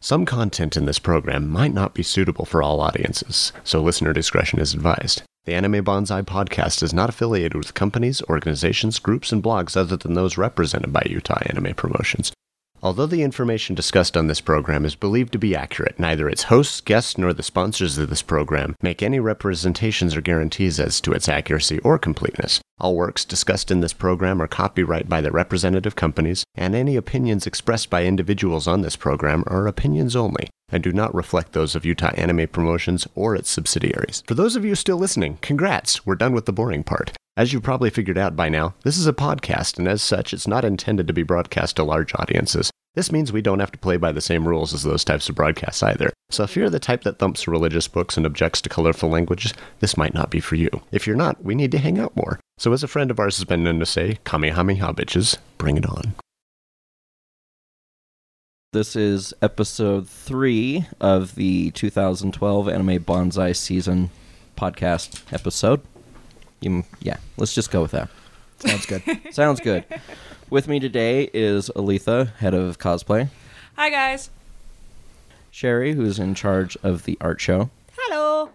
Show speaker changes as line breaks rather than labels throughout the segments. Some content in this program might not be suitable for all audiences, so listener discretion is advised. The Anime Bonsai podcast is not affiliated with companies, organizations, groups, and blogs other than those represented by Utah Anime Promotions. Although the information discussed on this program is believed to be accurate, neither its hosts, guests, nor the sponsors of this program make any representations or guarantees as to its accuracy or completeness. All works discussed in this program are copyright by their representative companies, and any opinions expressed by individuals on this program are opinions only and do not reflect those of Utah Anime Promotions or its subsidiaries. For those of you still listening, congrats! We're done with the boring part. As you've probably figured out by now, this is a podcast, and as such, it's not intended to be broadcast to large audiences. This means we don't have to play by the same rules as those types of broadcasts either. So if you're the type that thumps religious books and objects to colorful languages, this might not be for you. If you're not, we need to hang out more. So as a friend of ours has been known to say, Kamehameha bitches, bring it on.
This is episode three of the 2012 Anime Bonsai Season podcast episode. You, yeah, let's just go with that.
Sounds good.
Sounds good. With me today is Aletha, head of cosplay,
Hi guys.
Sherry, who's in charge of the art show,
Hello.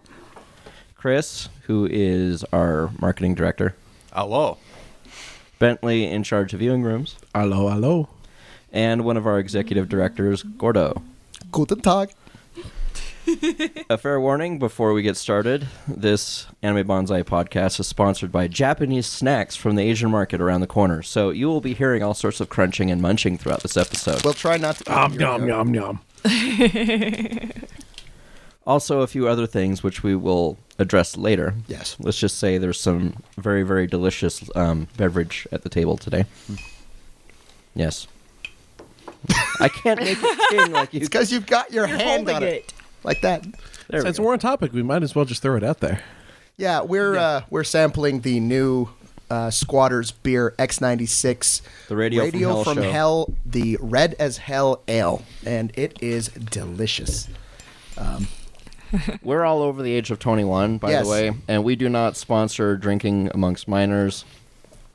Chris, who is our marketing director,
Hello.
Bentley, in charge of viewing rooms,
hello, hello.
and one of our executive directors, Gordo.
Guten Tag.
A fair warning before we get started this Anime Bonsai podcast is sponsored by Japanese snacks from the Asian market around the corner. So you will be hearing all sorts of crunching and munching throughout this episode.
We'll try not to.
Um, yum, yum, yum.
Also, a few other things which we will address later.
Yes.
Let's just say there's some very, very delicious um, beverage at the table today. Yes. I can't make it sting like you.
It's because you've got your hand on it. like that.
There we
Since
go.
we're on topic, we might as well just throw it out there.
Yeah, we're Uh, we're sampling the new uh, Squatters beer X96.
The Radio from Hell
from
show.
Hell, the Red as Hell Ale, and it is delicious. Um,
We're all over the age of 21, by
Yes.
the way, and we do not sponsor drinking amongst minors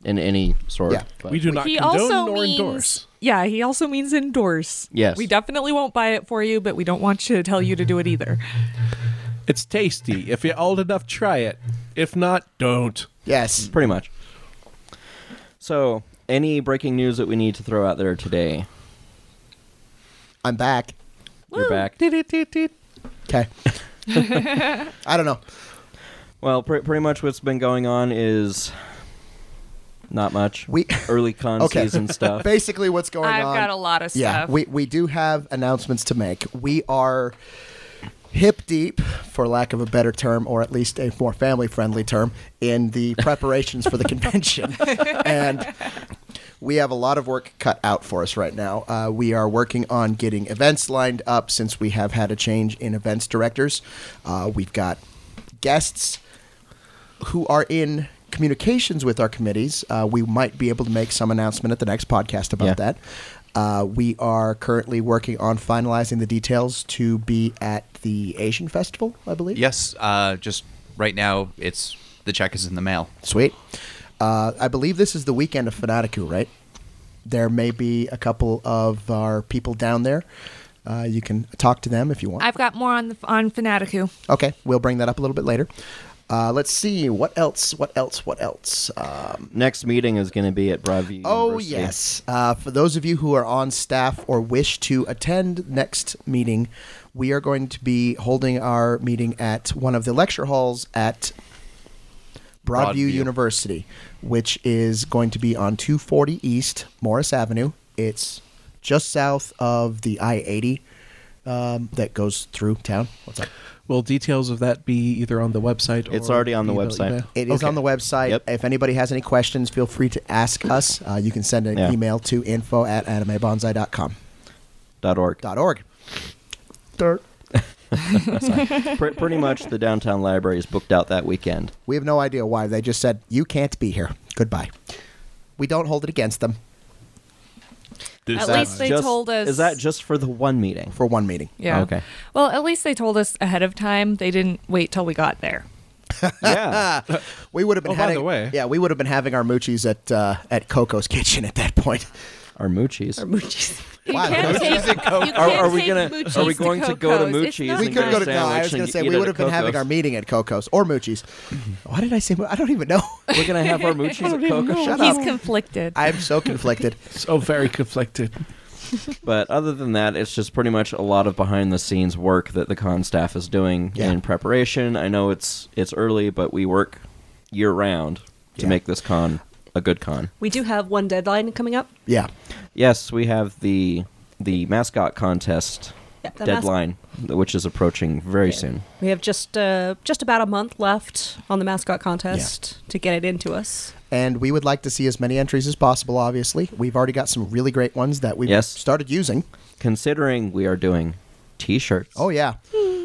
in any sort.
Yeah.
but-
We do not
He
condone
also
nor
means
endorse.
Yeah, he also means endorse.
Yes.
We definitely won't buy it for you, but we don't want you to tell you to do it either.
It's tasty. If you're old enough, try it. If not, don't.
Yes.
Mm. pretty much. So, any breaking news that we need to throw out there today?
I'm back.
You're back.
Okay. I don't know.
Well, pr- pretty much what's been going on is not much.
We-
early con
Okay.
season stuff.
Basically, what's going
I've
on?
got a lot of stuff.
Yeah, we, we do have announcements to make. We are hip deep, for lack of a better term, or at least a more family friendly term, in the preparations for the convention. and we have a lot of work cut out for us right now. Uh, we are working on getting events lined up since we have had a change in events directors. Uh, we've got guests who are in communications with our committees. Uh, we might be able to make some announcement at the next podcast about
Yeah.
that. Uh, we are currently working on finalizing the details to be at the Asian Festival, I believe.
Yes, uh, just right now, it's the check is in the mail.
Sweet. Uh, I believe this is the weekend of Fanaticu, right? There may be a couple of our people down there. Uh, you can talk to them if you want.
I've got more on the on Fanaticu.
okay, we'll bring that up a little bit later. Uh, let's see what else. What else? What else? Um,
Next meeting is going to be at Broadview.
oh
University.
yes. Uh, for those of you who are on staff or wish to attend next meeting, we are going to be holding our meeting at one of the lecture halls at Broadview,
Broadview.
University, which is going to be on 240 East Morris Avenue. It's just south of the I 80 um, that goes through town. What's up?
Will details of that be either on the website?
It's
or
already on the
via
website.
email?
It is
Okay.
on the website.
Yep.
If anybody has any questions, feel free to ask us. Uh, you can send an
Yeah.
email to info at animebonsai.com.
Dot org.
Dot org. Dirt.
Pr- pretty much the downtown library is booked out that weekend.
We have no idea why. They just said, you can't be here. Goodbye. We don't hold it against them
At
that
least they
Just-
told us.
Is that just for the one meeting?
for one meeting.
Yeah.
Okay.
Well, at least they told us ahead of time. They didn't wait till we got there.
yeah.
We would have been
Oh, by
having,
the way.
yeah, we would have been having our moochies at uh, at Coco's kitchen at that point.
Our moochies.
Or moochies.
You
Wow,
can't
Moochie's
take,
and Coke-
you
Are,
can't
are we
take
gonna?
Moochie's
Are we going to, go to
Coco's. It's
Moochies?
not
We
and
could
get
go
a
to.
sandwich
No, I was
and
going to say
eat
we
it at
would have been having
Coco's?
our meeting at Coco's or Moochie's. Why did I say? Mo- I don't even know.
We're gonna have our moochies at Coco's.
Shut
He's
up.
conflicted.
I'm so conflicted.
So very conflicted.
But other than that, it's just pretty much a lot of behind the scenes work that the con staff is doing
Yeah.
in preparation. I know it's it's early, but we work year round to
Yeah.
make this con a good con.
We do have one deadline coming up.
Yeah.
Yes, we have the the mascot contest
Yeah, the mas-
deadline, which is approaching very soon.
We have just uh, just about a month left on the mascot contest to get it into us.
And we would like to see as many entries as possible, obviously. We've already got some really great ones that we've
Yes.
started using.
Considering we are doing t-shirts.
Oh, yeah.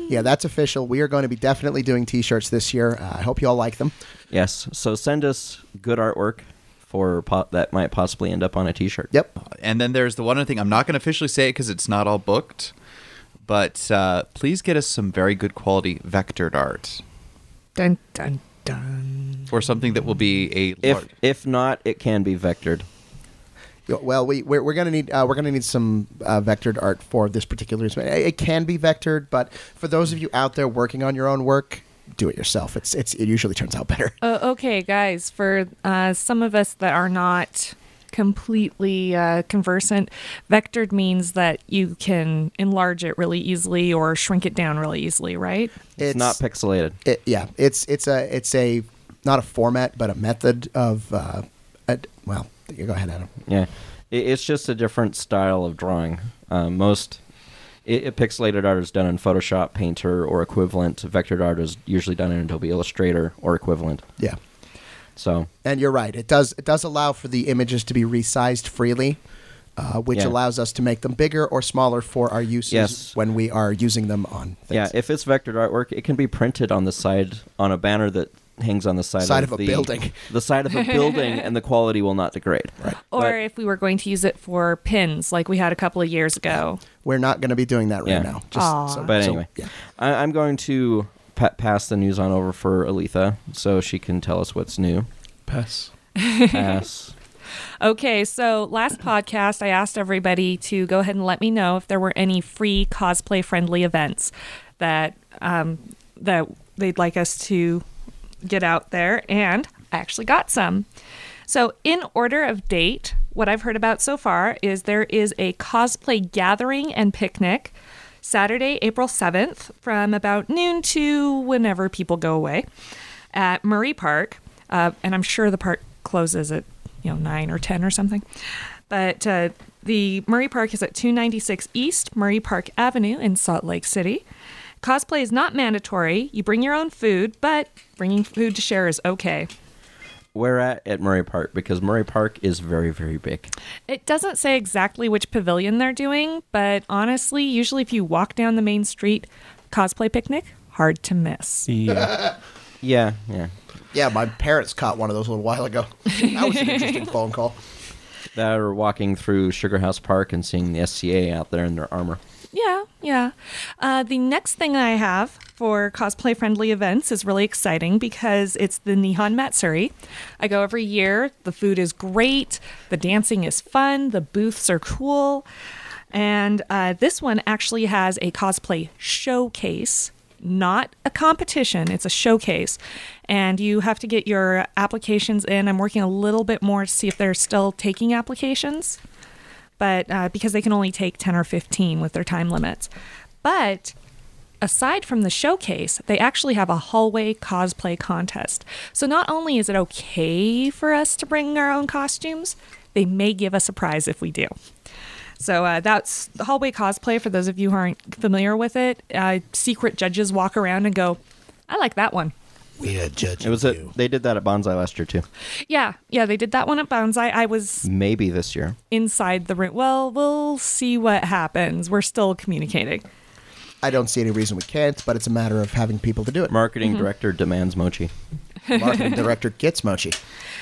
Yeah, that's official. We are going to be definitely doing t shirts this year. Uh, I hope you all like them.
Yes. So send us good artwork for po- that might possibly end up on a t-shirt.
Yep.
And then there's the one other thing. I'm not going to officially say it because it's not all booked, but uh, please get us some very good quality vectored art
dun dun dun.
or something that will be a
If
lar-
if not, it can be vectored.
Yeah, Well, we we're, we're gonna need uh, we're gonna need some uh, vectored art for this particular. It, it can be vectored, but for those of you out there working on your own work, do it yourself. It's it's it usually turns out better.
Oh, okay, guys, for uh, some of us that are not completely uh, conversant, vectored means that you can enlarge it really easily or shrink it down really easily, right?
It's, not pixelated.
it, yeah, it's it's a it's a not a format, but a method of. Uh, a, well, you go ahead, Adam.
Yeah, it, it's just a different style of drawing. Um, most it, it- pixelated art is done in Photoshop, Painter, or equivalent. Vectored art is usually done in Adobe Illustrator or equivalent.
Yeah,
So
and you're right. It does it does allow for the images to be resized freely. Uh, which
Yeah.
allows us to make them bigger or smaller for our uses
Yes.
when we are using them on things.
yeah, if it's vectored artwork, it can be printed on the side on a banner that hangs on the side,
Side of a
the,
building.
the side of a building, and the quality will not degrade. Right.
Or
But-
if we were going to use it for pins, like we had a couple of years ago.
We're not going to be doing that right
Yeah.
now.
Aw.
But
so-
anyway,
yeah.
I, I'm going to pa- pass the news on over for Aletha so she can tell us what's new.
Pass.
Pass.
Okay, so last podcast, I asked everybody to go ahead and let me know if there were any free cosplay friendly events that um, that they'd like us to get out there, and I actually got some. So, in order of date, what I've heard about so far is there is a cosplay gathering and picnic Saturday, April 7th from about noon to whenever people go away at Murray Park. Uh, and I'm sure the park closes at, you know, 9 or 10 or something. But uh, the Murray Park is at 296 East Murray Park Avenue in Salt Lake City. Cosplay is not mandatory. You bring your own food, but bringing food to share is okay.
We're at at Murray Park because Murray Park is very very big.
It doesn't say exactly which pavilion they're doing, but honestly, usually if you walk down the main street, cosplay picnic, hard to miss.
Yeah.
Yeah, yeah.
Yeah, my parents caught one of those a little while ago. That was an interesting phone call.
That or walking through Sugar House Park and seeing the SCA out there in their armor.
Yeah, yeah. Uh, the next thing I have for cosplay friendly events is really exciting because it's the Nihon Matsuri. I go every year. The food is great, the dancing is fun, the booths are cool. And uh, this one actually has a cosplay showcase not a competition, it's a showcase. And you have to get your applications in. I'm working a little bit more to see if they're still taking applications, but uh, because they can only take 10 or 15 with their time limits. But aside from the showcase, they actually have a hallway cosplay contest. So not only is it okay for us to bring our own costumes, they may give us a prize if we do. So uh, that's the hallway cosplay for those of you who aren't familiar with it. Uh, secret judges walk around and go, I like that one.
We are judging
It was at, they did that at Bonsai last year too.
Yeah, yeah, they did that one at Bonsai. I was
Maybe this year.
inside the room. Well, we'll see what happens. We're still communicating.
I don't see any reason we can't, but it's a matter of having people to do it.
Marketing
Mm-hmm.
director demands mochi.
Marketing director gets mochi.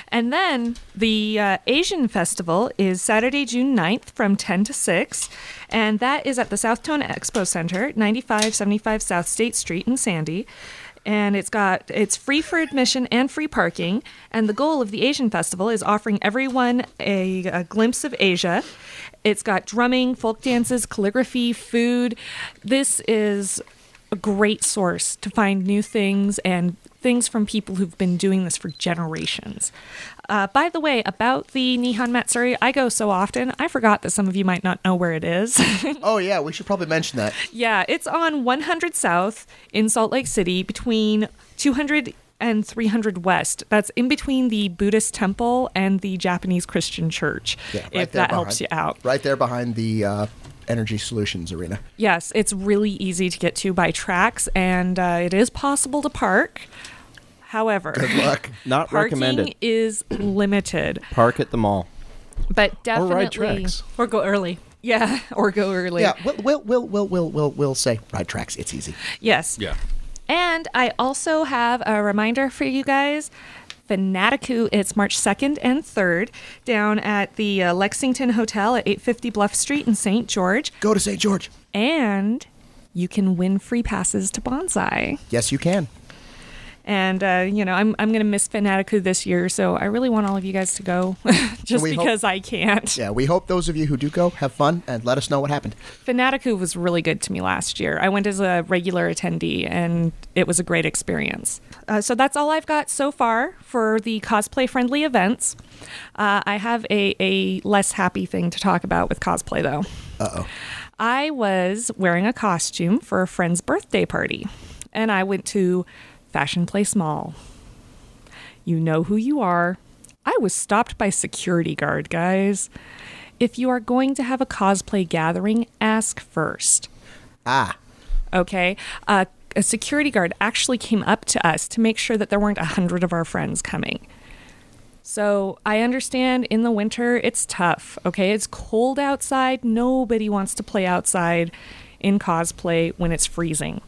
And then the uh, Asian Festival is Saturday, June 9th from 10 to 6. And that is at the South Tone Expo Center, 9575 South State Street in Sandy. and it's got it's free for admission and free parking. And the goal of the Asian Festival is offering everyone a, a glimpse of Asia. It's got drumming, folk dances, calligraphy, food. This is a great source to find new things and things from people who've been doing this for generations. Uh, by the way, about the Nihon Matsuri, I go so often, I forgot that some of you might not know where it is.
Oh yeah, we should probably mention that.
yeah, it's on 100 South in Salt Lake City between 200 and 300 West. That's in between the Buddhist temple and the Japanese Christian church,
Yeah, right
if
there
that helps
behind-
you out.
Right there behind the uh, Energy Solutions Arena.
Yes, it's really easy to get to by tracks, and uh, it is possible to park. However,
Look,
Not
parking
recommended.
is limited,
Park at the mall.
but
Or
definitely,
ride tracks.
Or go early.
yeah, or go early.
yeah, we'll we'll we'll we'll we'll we'll, we'll say ride tracks. It's easy.
Yes.
Yeah.
And I also have a reminder for you guys. Fanaticu, it's March 2nd and 3rd down at the uh, Lexington Hotel at 850 Bluff Street in St. George.
Go to St. George.
And you can win free passes to Bonsai.
Yes, you can.
And, uh, you know, I'm, I'm going to miss Fanaticu this year, so I really want all of you guys to go just
we hope-
because I can't.
Yeah, we hope those of you who do go have fun and let us know what happened.
Fanaticu was really good to me last year. I went as a regular attendee and it was a great experience. Uh, so that's all I've got so far for the cosplay friendly events. Uh, I have a, a less happy thing to talk about with cosplay though.
Uh oh.
I was wearing a costume for a friend's birthday party and I went to Fashion Place Mall. You know who you are. I was stopped by security guard, guys. If you are going to have a cosplay gathering, ask first.
Ah,
Okay? Uh, a security guard actually came up to us to make sure that there weren't a hundred of our friends coming. So I understand in the winter it's tough. Okay, it's cold outside. Nobody wants to play outside in cosplay when it's freezing.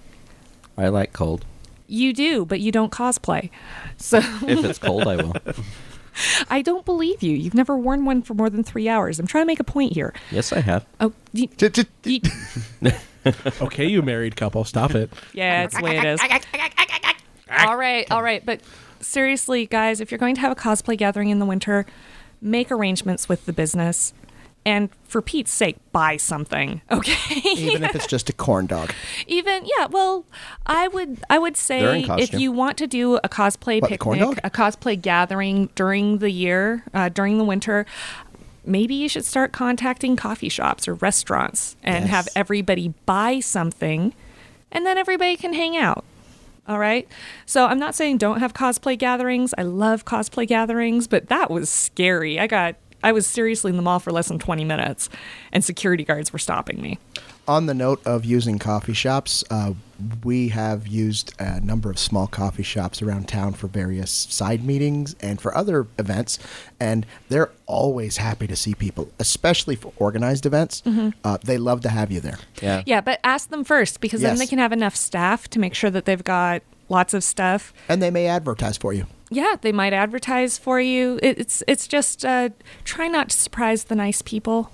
I like cold.
You do, but you don't cosplay. So
If it's cold, I will.
I don't believe you. You've never worn one for more than three hours. I'm trying to make a point here.
Yes, I have.
Oh, y- y-
Okay, you married couple, stop it.
yeah, it's the way it is. all right, all right. But seriously, guys, if you're going to have a cosplay gathering in the winter, make arrangements with the business. And for Pete's sake, buy something, okay?
even if it's just a corn dog.
Even yeah, well, I would I would
They're in
say if
costume.
you want to do a cosplay
What, the corn
picnic, a
dog?
cosplay gathering during the year, uh, during the winter, maybe you should start contacting coffee shops or restaurants and have
Yes.
everybody buy something, and then everybody can hang out. All right. So I'm not saying don't have cosplay gatherings. I love cosplay gatherings, but that was scary. I got I was seriously in the mall for less than 20 minutes, and security guards were stopping me.
On the note of using coffee shops, uh, we have used a number of small coffee shops around town for various side meetings and for other events, and they're always happy to see people, especially for organized events. Uh, they love to have you there.
Yeah.
Yeah, but ask them first because then
Yes.
they can have enough staff to make sure that they've got lots of stuff.
And they may advertise for you.
Yeah, they might advertise for you. It, it's it's just uh, try not to surprise the nice people.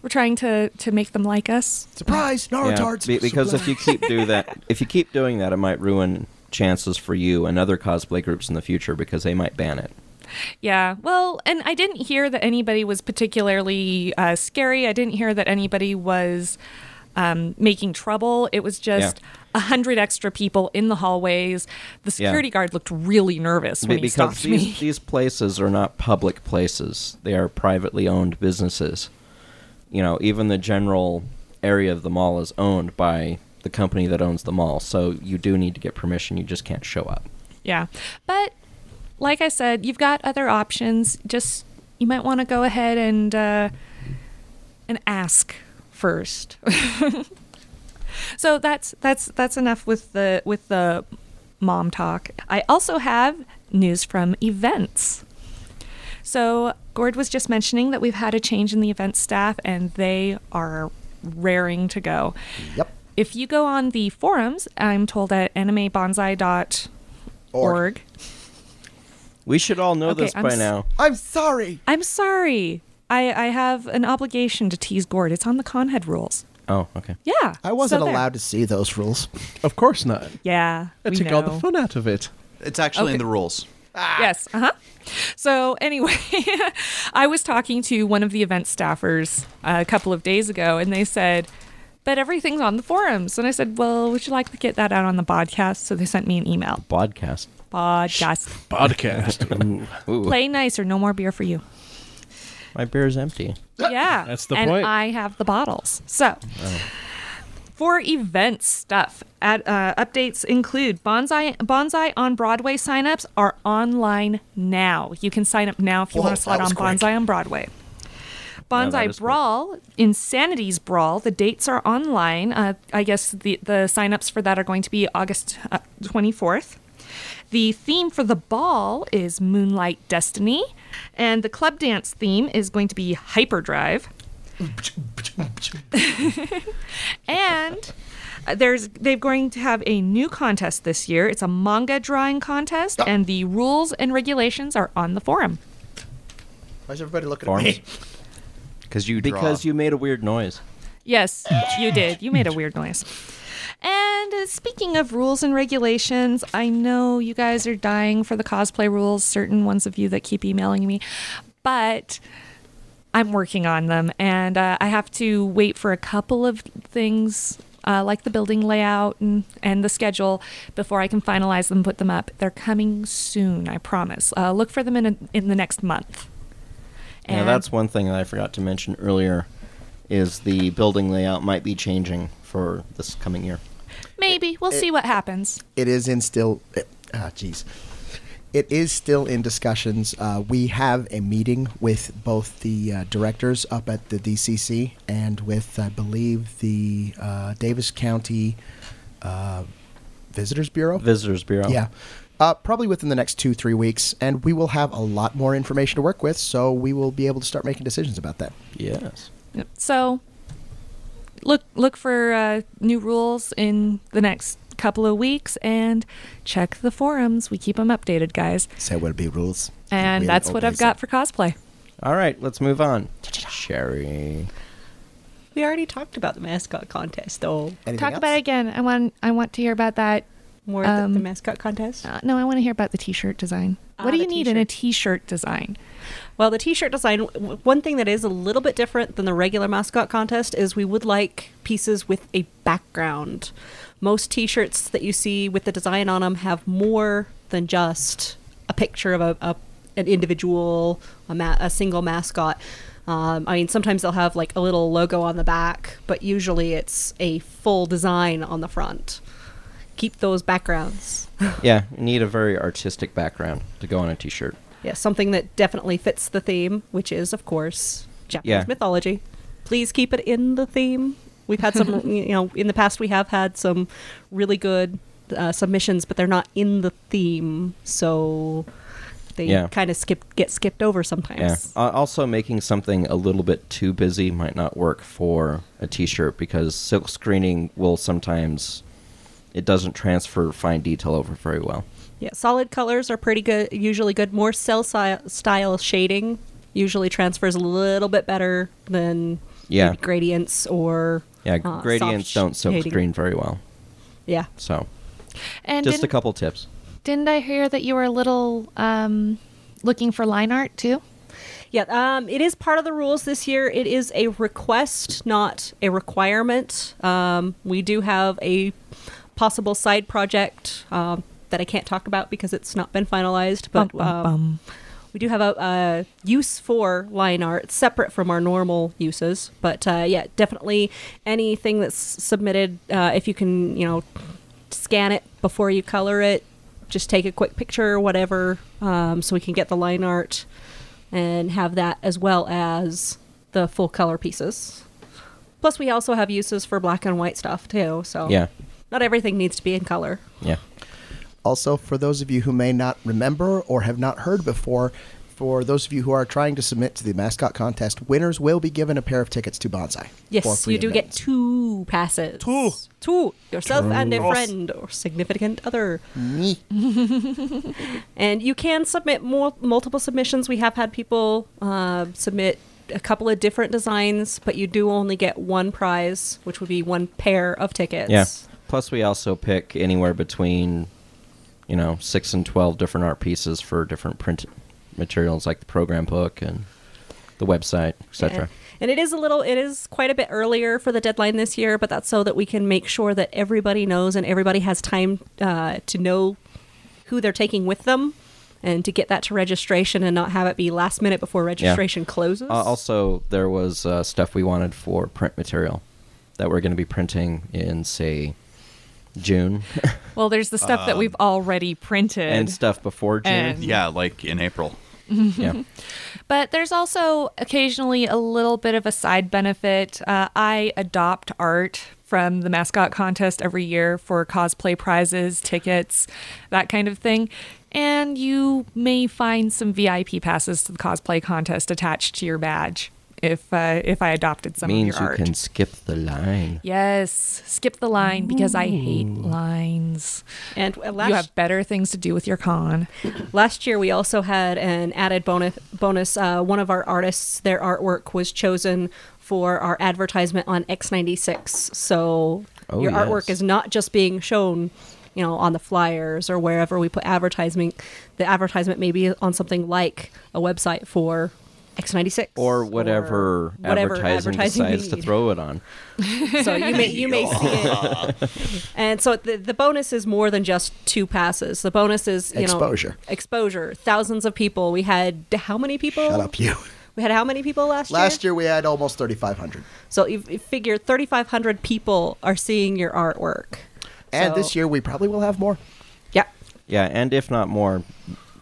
We're trying to to make them like us.
Surprise,
Yeah,
Narutards!
be- because if you keep do that, if you keep doing that, it might ruin chances for you and other cosplay groups in the future because they might ban it.
Yeah. Well, and I didn't hear that anybody was particularly uh, scary. I didn't hear that anybody was um, making trouble. It was just a hundred extra people in the hallways. The
Yeah.
security guard looked really nervous when
Be-
he
because
stopped
these,
me.
these places are not public places; they are privately owned businesses. You know, even the general area of the mall is owned by the company that owns the mall, so you do need to get permission. You just can't show up.
Yeah. But like I said, you've got other options. Just you might want to go ahead and uh, and ask first. so that's that's that's enough with the with the mom talk. I also have news from events. So Gord was just mentioning that we've had a change in the event staff and they are raring to go
Yep.
if you go on the forums, I'm told at animebonsai.org.
We should all know
Okay,
this
I'm
by
s-
now.
I'm sorry.
I'm sorry. I, I have an obligation to tease Gord. It's on the Conhead rules.
Oh, okay.
Yeah.
I wasn't
so there.
allowed to see those rules.
Of course not.
Yeah.
That
we
took all the
know.
fun Ah. out of it.
It's actually in the rules.
Yes. Uh huh. So anyway, I was talking to one of the event staffers uh, a couple of days ago, and they said, "But everything's on the forums." And I said, "Well, would you like to get that out on the podcast?" So they sent me an email.
Podcast.
Podcast.
Podcast. Ooh.
Play nicer. No more beer for you.
My beer is empty.
yeah.
That's the
and
point.
I have the bottles. So,
Oh.
for event stuff, ad, uh, updates include Bonsai Bonsai on Broadway signups are online now. You can sign up now if you
Whoa,
want to slot
that was
on
quick.
Bonsai on Broadway.
that
Bonsai
is quick.
Brawl, Insanity's Brawl. The dates are online. Uh, I guess the the signups for that are going to be August twenty fourth. The theme for the ball is Moonlight Destiny, and the club dance theme is going to be Hyperdrive. and uh, there's they're going to have a new contest this year. It's a manga drawing
Ah.
contest, and the rules and regulations are on the forum.
Why is everybody looking
Forms.
at me?
Because you draw.
Because you made a weird noise.
Yes, you did. You made a weird noise. And uh, speaking of rules and regulations, I know you guys are dying for the cosplay rules, certain ones of you that keep emailing me, but I'm working on them and uh, I have to wait for a couple of things. Uh, like the building layout and, and the schedule before I can finalize them, put them up. They're coming soon, I promise. Uh, look for them in, a, in the next month.
Yeah, that's one thing that I forgot to mention earlier is the building layout might be changing for this coming year.
maybe we'll see what happens.
it is in still it- ah jeez it is still in discussions uh, we have a meeting with both the uh, directors up at the dcc and with i believe the uh, davis county uh, visitors bureau
Visitors Bureau.
yeah uh, probably within the next two three weeks and we will have a lot more information to work with so we will be able to start making decisions about that
Yes.
So look look for uh, new rules in the next couple of weeks and check the forums. We keep them updated, guys.
so it will be rules
And
We'll
that's what
obey
I've got
them.
for cosplay.
All right, let's move on. Sherry.
We already talked about the mascot contest, though.
Anything
Talk
else?
about it again. I want I want to hear about that.
More
Um,
the, the mascot contest.
Uh, no, I want to hear about the t-shirt design.
Ah,
what do
the
you need in a t-shirt design?
Well, the t-shirt design. w- One thing that is a little bit different than the regular mascot contest is we would like pieces with a background. Most t-shirts that you see with the design on them have more than just a picture of a, a an individual, a, ma- a single mascot. Um, I mean, sometimes they'll have like a little logo on the back, but usually it's a full design on the front. Keep those backgrounds.
Yeah, you need a very artistic background to go on a t-shirt.
Yeah, something that definitely fits the theme, which is, of course, Japanese
Yeah.
mythology. Please keep it in the theme. We've had some, you know, in the past we have had some really good uh, submissions, but they're not in the theme, so they
Yeah.
kind of skip get skipped over sometimes.
Yeah. Uh, also, making something a little bit too busy might not work for a t-shirt because silk screening will sometimes it doesn't transfer fine detail over very well.
Yeah, solid colors are pretty good, usually good. More cell si- style shading usually transfers a little bit better than
Yeah.
maybe gradients or
Yeah,
uh, soft
gradients don't silk
shading.
screen very well.
Yeah,
So,
And
just a
didn't,
couple tips.
didn't I hear that you were a little um, looking for line art too?
Yeah, um, it is part of the rules this year. It is a request, not a requirement. Um, we do have a possible side project um, that I can't talk about because it's not been finalized, but
Bum, bum,
um,
bum.
we do have a, a use for line art separate from our normal uses. But uh, yeah, definitely anything that's submitted, uh, if you can, you know, scan it before you color it, just take a quick picture or whatever, um, so we can get the line art and have that as well as the full color pieces. Plus, we also have uses for black and white stuff too. So
Yeah.
not everything needs to be in color.
Yeah.
Also, for those of you who may not remember or have not heard before, for those of you who are trying to submit to the mascot contest, winners will be given a pair of tickets to Bonsai. for
Yes,
free
you do get
events.
two passes. Two. Two. Yourself and a friend or significant other.
Me.
And you can submit more, multiple submissions. We have had people uh, submit a couple of different designs, but you do only get one prize, which would be one pair of tickets.
Yeah. Plus, we also pick anywhere between, you know, six and twelve different art pieces for different print materials, like the program book and the website,
Yeah.
etc.
And it is a little, it is quite a bit earlier for the deadline this year, but that's so that we can make sure that everybody knows and everybody has time uh, to know who they're taking with them and to get that to registration and not have it be last minute before registration closes.
Uh, also, there was uh, stuff we wanted for print material that we're going to be printing in, say, June,
Well, there's the stuff
Um,
that we've already printed.
and stuff before June.
And-
Yeah, like in April.
yeah.
But there's also occasionally a little bit of a side benefit. Uh, I adopt art from the mascot contest every year for cosplay prizes, tickets, that kind of thing. And you may find some VIP passes to the cosplay contest attached to your badge if uh, if I adopted some
Means
of
you
your art.
can skip the line.
Yes, skip the line because I hate lines.
and uh, last
you have better things to do with your con.
Last year, we also had an added bonus. Bonus: uh, one of our artists, their artwork was chosen for our advertisement on X96. So
Oh,
your
yes.
artwork is not just being shown, you know, on the flyers or wherever we put advertising. The advertisement may be on something like a website for X96
Or whatever,
whatever
advertising,
advertising we
decides to
need.
throw it on.
so you may you may see it. And so the the bonus is more than just two passes. The bonus is you
Exposure.
know exposure. Thousands of people. We had how many people?
Shut up, you.
We had how many people last year?
Last year we had almost 3,500.
So you you figure 3,500 people are seeing your artwork.
And
So-
this year we probably will have more.
Yeah.
Yeah, and if not more,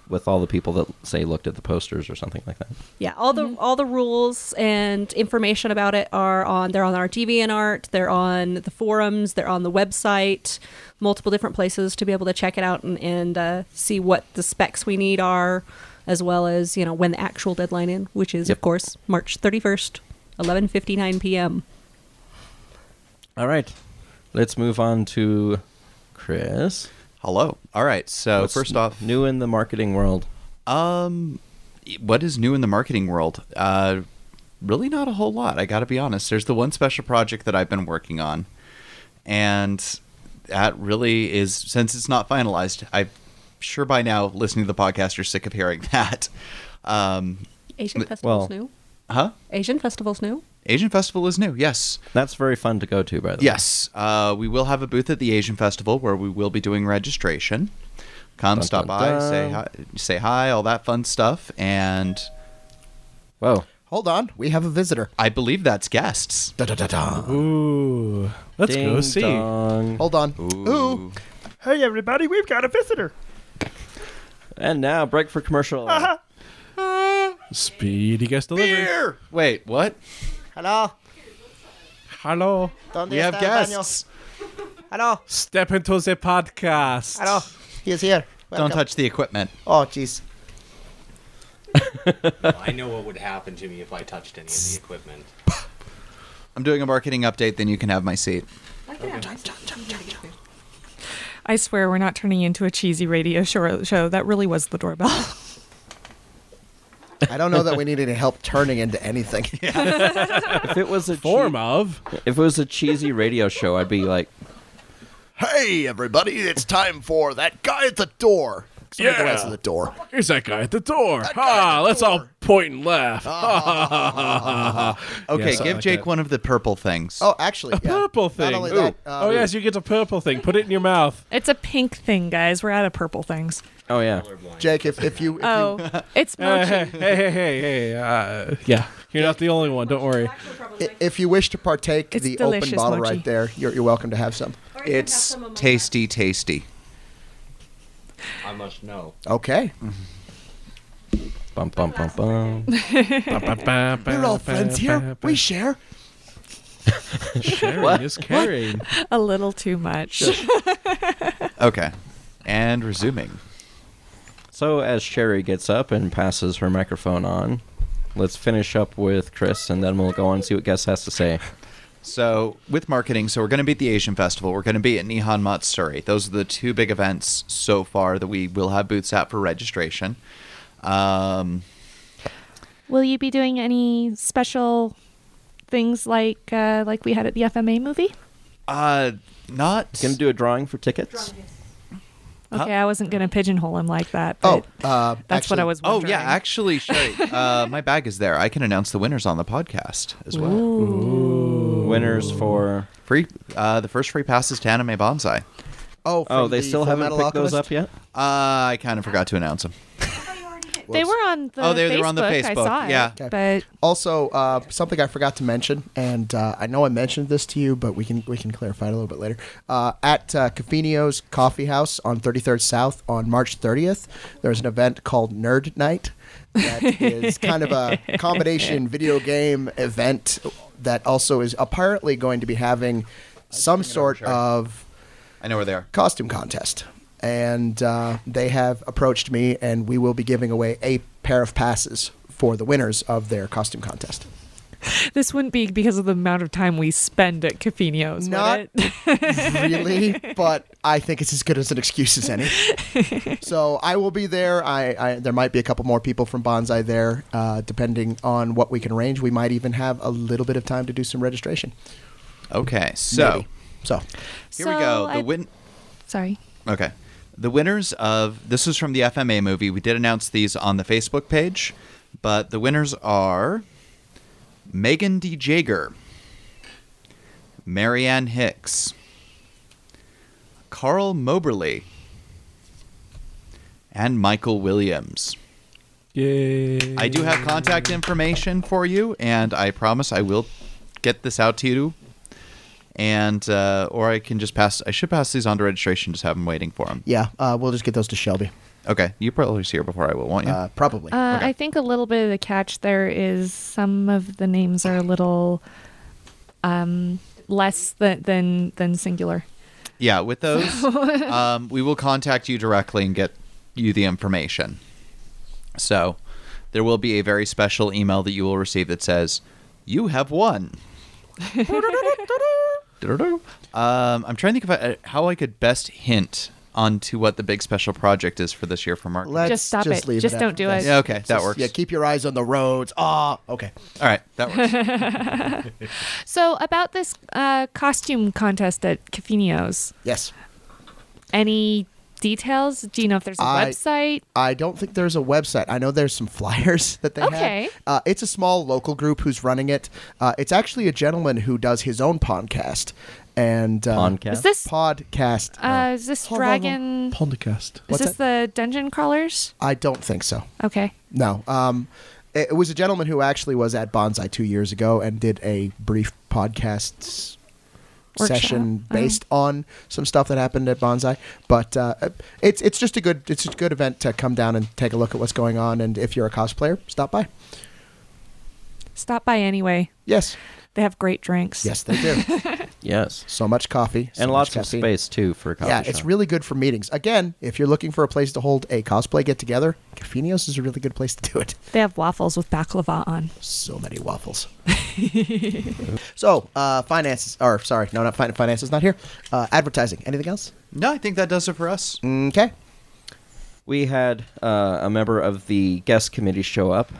with all the people that say looked at the posters or something like that.
Yeah, all the all the rules and information about it are on. They're on our DeviantArt. They're on the forums. They're on the website. Multiple different places to be able to check it out and, and uh, see what the specs we need are, as well as you know when the actual deadline in, which is
Yep.
of course March thirty first, eleven fifty nine p.m.
All right, let's move on to Chris.
Hello. All right. So
What's
first off,
new in the marketing world.
Um, what is new in the marketing world? Uh, really not a whole lot. I got to be honest. There's the one special project that I've been working on, and that really is since it's not finalized. I'm sure by now, listening to the podcast, you're sick of hearing that. Um,
Asian
Festival's
festivals
well- new.
new.
huh?
Asian festivals new.
Asian Festival is new. Yes.
That's very fun to go to, by the way.
Yes, uh, we will have a booth at the Asian Festival where we will be doing registration. Come,
Dun,
stop
dun,
by,
dun.
say hi, say hi, all that fun stuff, and
Whoa.
Hold on, we have a visitor.
I believe that's guests.
Da da da da.
Ooh, let's
Ding
go see.
dong.
Hold on. Ooh.
Hey, everybody, we've got a visitor.
And now break for commercial.
Uh-huh.
Speedy guest delivery.
Beer. Wait, what?
Hello.
Hello.
Don't
We have guests.
Hello.
Step into the podcast.
Hello. He is here.
Don't touch the equipment.
Oh, jeez.
I know what would happen to me if I touched any of the equipment.
I'm doing a marketing update, then you can have my seat.
I swear we're not turning into a cheesy radio show. show. That really was the doorbell.
I don't know that we need any help turning into anything.
If it was a
Form of.
che- if it was a cheesy radio show, I'd be like,
Hey, everybody, it's time for that guy at the door. Somebody go
Yeah.
answer the door.
Here's that guy at the door. Ah, let's all point and laugh.
Ah.
Okay,
something
give
like
Jake
that.
one of the purple things.
Oh, actually, yeah.
Purple
Not
thing.
only
Ooh.
that, uh,
oh yes, you get a purple thing. Put it in your mouth.
It's a pink thing, guys. We're out of purple things.
"Oh yeah,
Jake, if, if you if you,
Oh, it's
Uh,
mochi.
hey, hey, hey, hey, hey. Uh, yeah, you're not the only one. Don't worry.
i- if you wish to partake,
It's
the open
delicious,
bottle
Mochi.
right there. You're, you're welcome to have some.
it's tasty, tasty.
I must know.
Okay.
bum bum bum bum."
We're
We're all friends here. We share.
sharing is caring.
a little too much.
Okay, and resuming.
So as Sherry gets up and passes her microphone on, let's finish up with Chris, and then we'll go on and see what guest has to say.
So with marketing, so we're going to be at the Asian Festival. We're going to be at Nihon Matsuri. Those are the two big events so far that we will have booths out for registration. Um,
Will you be doing any special things like uh, like we had at the FMA movie?
Uh, not
Gonna do a drawing for tickets.
Okay, I wasn't gonna pigeonhole him like that.
Oh,
But
uh,
that's what I
actually-
was.
Oh
Wondering.
yeah, actually, Sherry, uh, my bag is there. I can announce the winners on the podcast as well.
Winners for
Free, uh, the first free passes to Anime Bonsai.
Oh,
oh,
from
they
the
still
Full
haven't
Metal
picked those
Alchemist?
up yet.
Uh, I kind of forgot to announce them.
they were on the.
Oh, they-
Facebook.
they were on the
I
Facebook,
saw it,
yeah.
Okay.
but
Also, uh, something I forgot to mention, and uh, I know I mentioned this to you, but we can we can clarify it a little bit later. Uh, at uh, Caffinio's Coffee House on 33rd South on March 30th, there's an event called Nerd Night. That is kind of a combination video game event that also is apparently going to be having some sort of
I know where they are.
costume contest. And uh, they have approached me, and we will be giving away a pair of passes for the winners of their costume contest.
this wouldn't be because of the amount of time we spend at Cafino's.
Not
would it?
really, but I think it's as good as an excuse as any. so I will be there. I, I there might be a couple more people from Bonsai there, uh, depending on what we can arrange. We might even have a little bit of time to do some registration.
Okay, so
Maybe. so
here
So
we go. The
I-
win.
Sorry.
Okay. The winners of this is from the FMA movie. We did announce these on the Facebook page, but the winners are Megan D. Jager, Marianne Hicks, Carl Moberly, and Michael Williams.
Yay.
I do have contact information for you, and I promise I will get this out to you. And uh, or I can just pass. I should pass these on to registration. Just have them waiting for them.
yeah, uh, we'll just get those to Shelby,
Okay, you probably see her before I will, won't you?
uh, probably.
Uh,
Okay.
I think a little bit of the catch there is some of the names are a little um, less than, than than singular.
yeah, with those, um, we will contact you directly and get you the information. So, there will be a very special email that you will receive that says, "You have won." um, I'm trying to think of uh, how I could best hint onto what the big special project is for this year for Mark.
Let's
just stop it.
leave
Just
at
don't do
that.
it.
Yeah, okay, that works.
Yeah, keep your eyes on the roads. Ah, okay.
All right, that works.
So about this uh, costume contest at Cafino's,
Yes.
any details? Do you know if there's a
I-
website?
I don't think there's a website. I know there's some flyers that they
Okay.
have. Uh, it's a small local group who's running it. Uh, it's actually a gentleman who does his own podcast and uh,
Podcast?
Is this
podcast.
uh, is this dragon?
Podcast.
Is
What's
this the dungeon crawlers?
I don't think so.
Okay.
No. Um, it, it was a gentleman who actually was at Bonsai two years ago and did a brief podcast
Workshop?
session
Oh.
based on some stuff that happened at Bonsai. But uh, it's it's just a good it's a good event to come down and take a look at what's going on. And if you're a cosplayer, stop by.
Stop by anyway.
Yes.
They have great drinks.
Yes, they do.
Yes,
so much coffee so
and
much
lots of
caffeine.
space too Oh, for a coffee
yeah, it's
shop.
really good for meetings. Again, if you're looking for a place to hold a cosplay get together, Cafenios is a really good place to do it.
They have waffles with baklava on.
So many waffles. so, uh, finances, or sorry, no, not fin- finances, not here. Uh, advertising. Anything else?
no, I think that does it for us.
Okay.
we had uh, a member of the guest committee show up,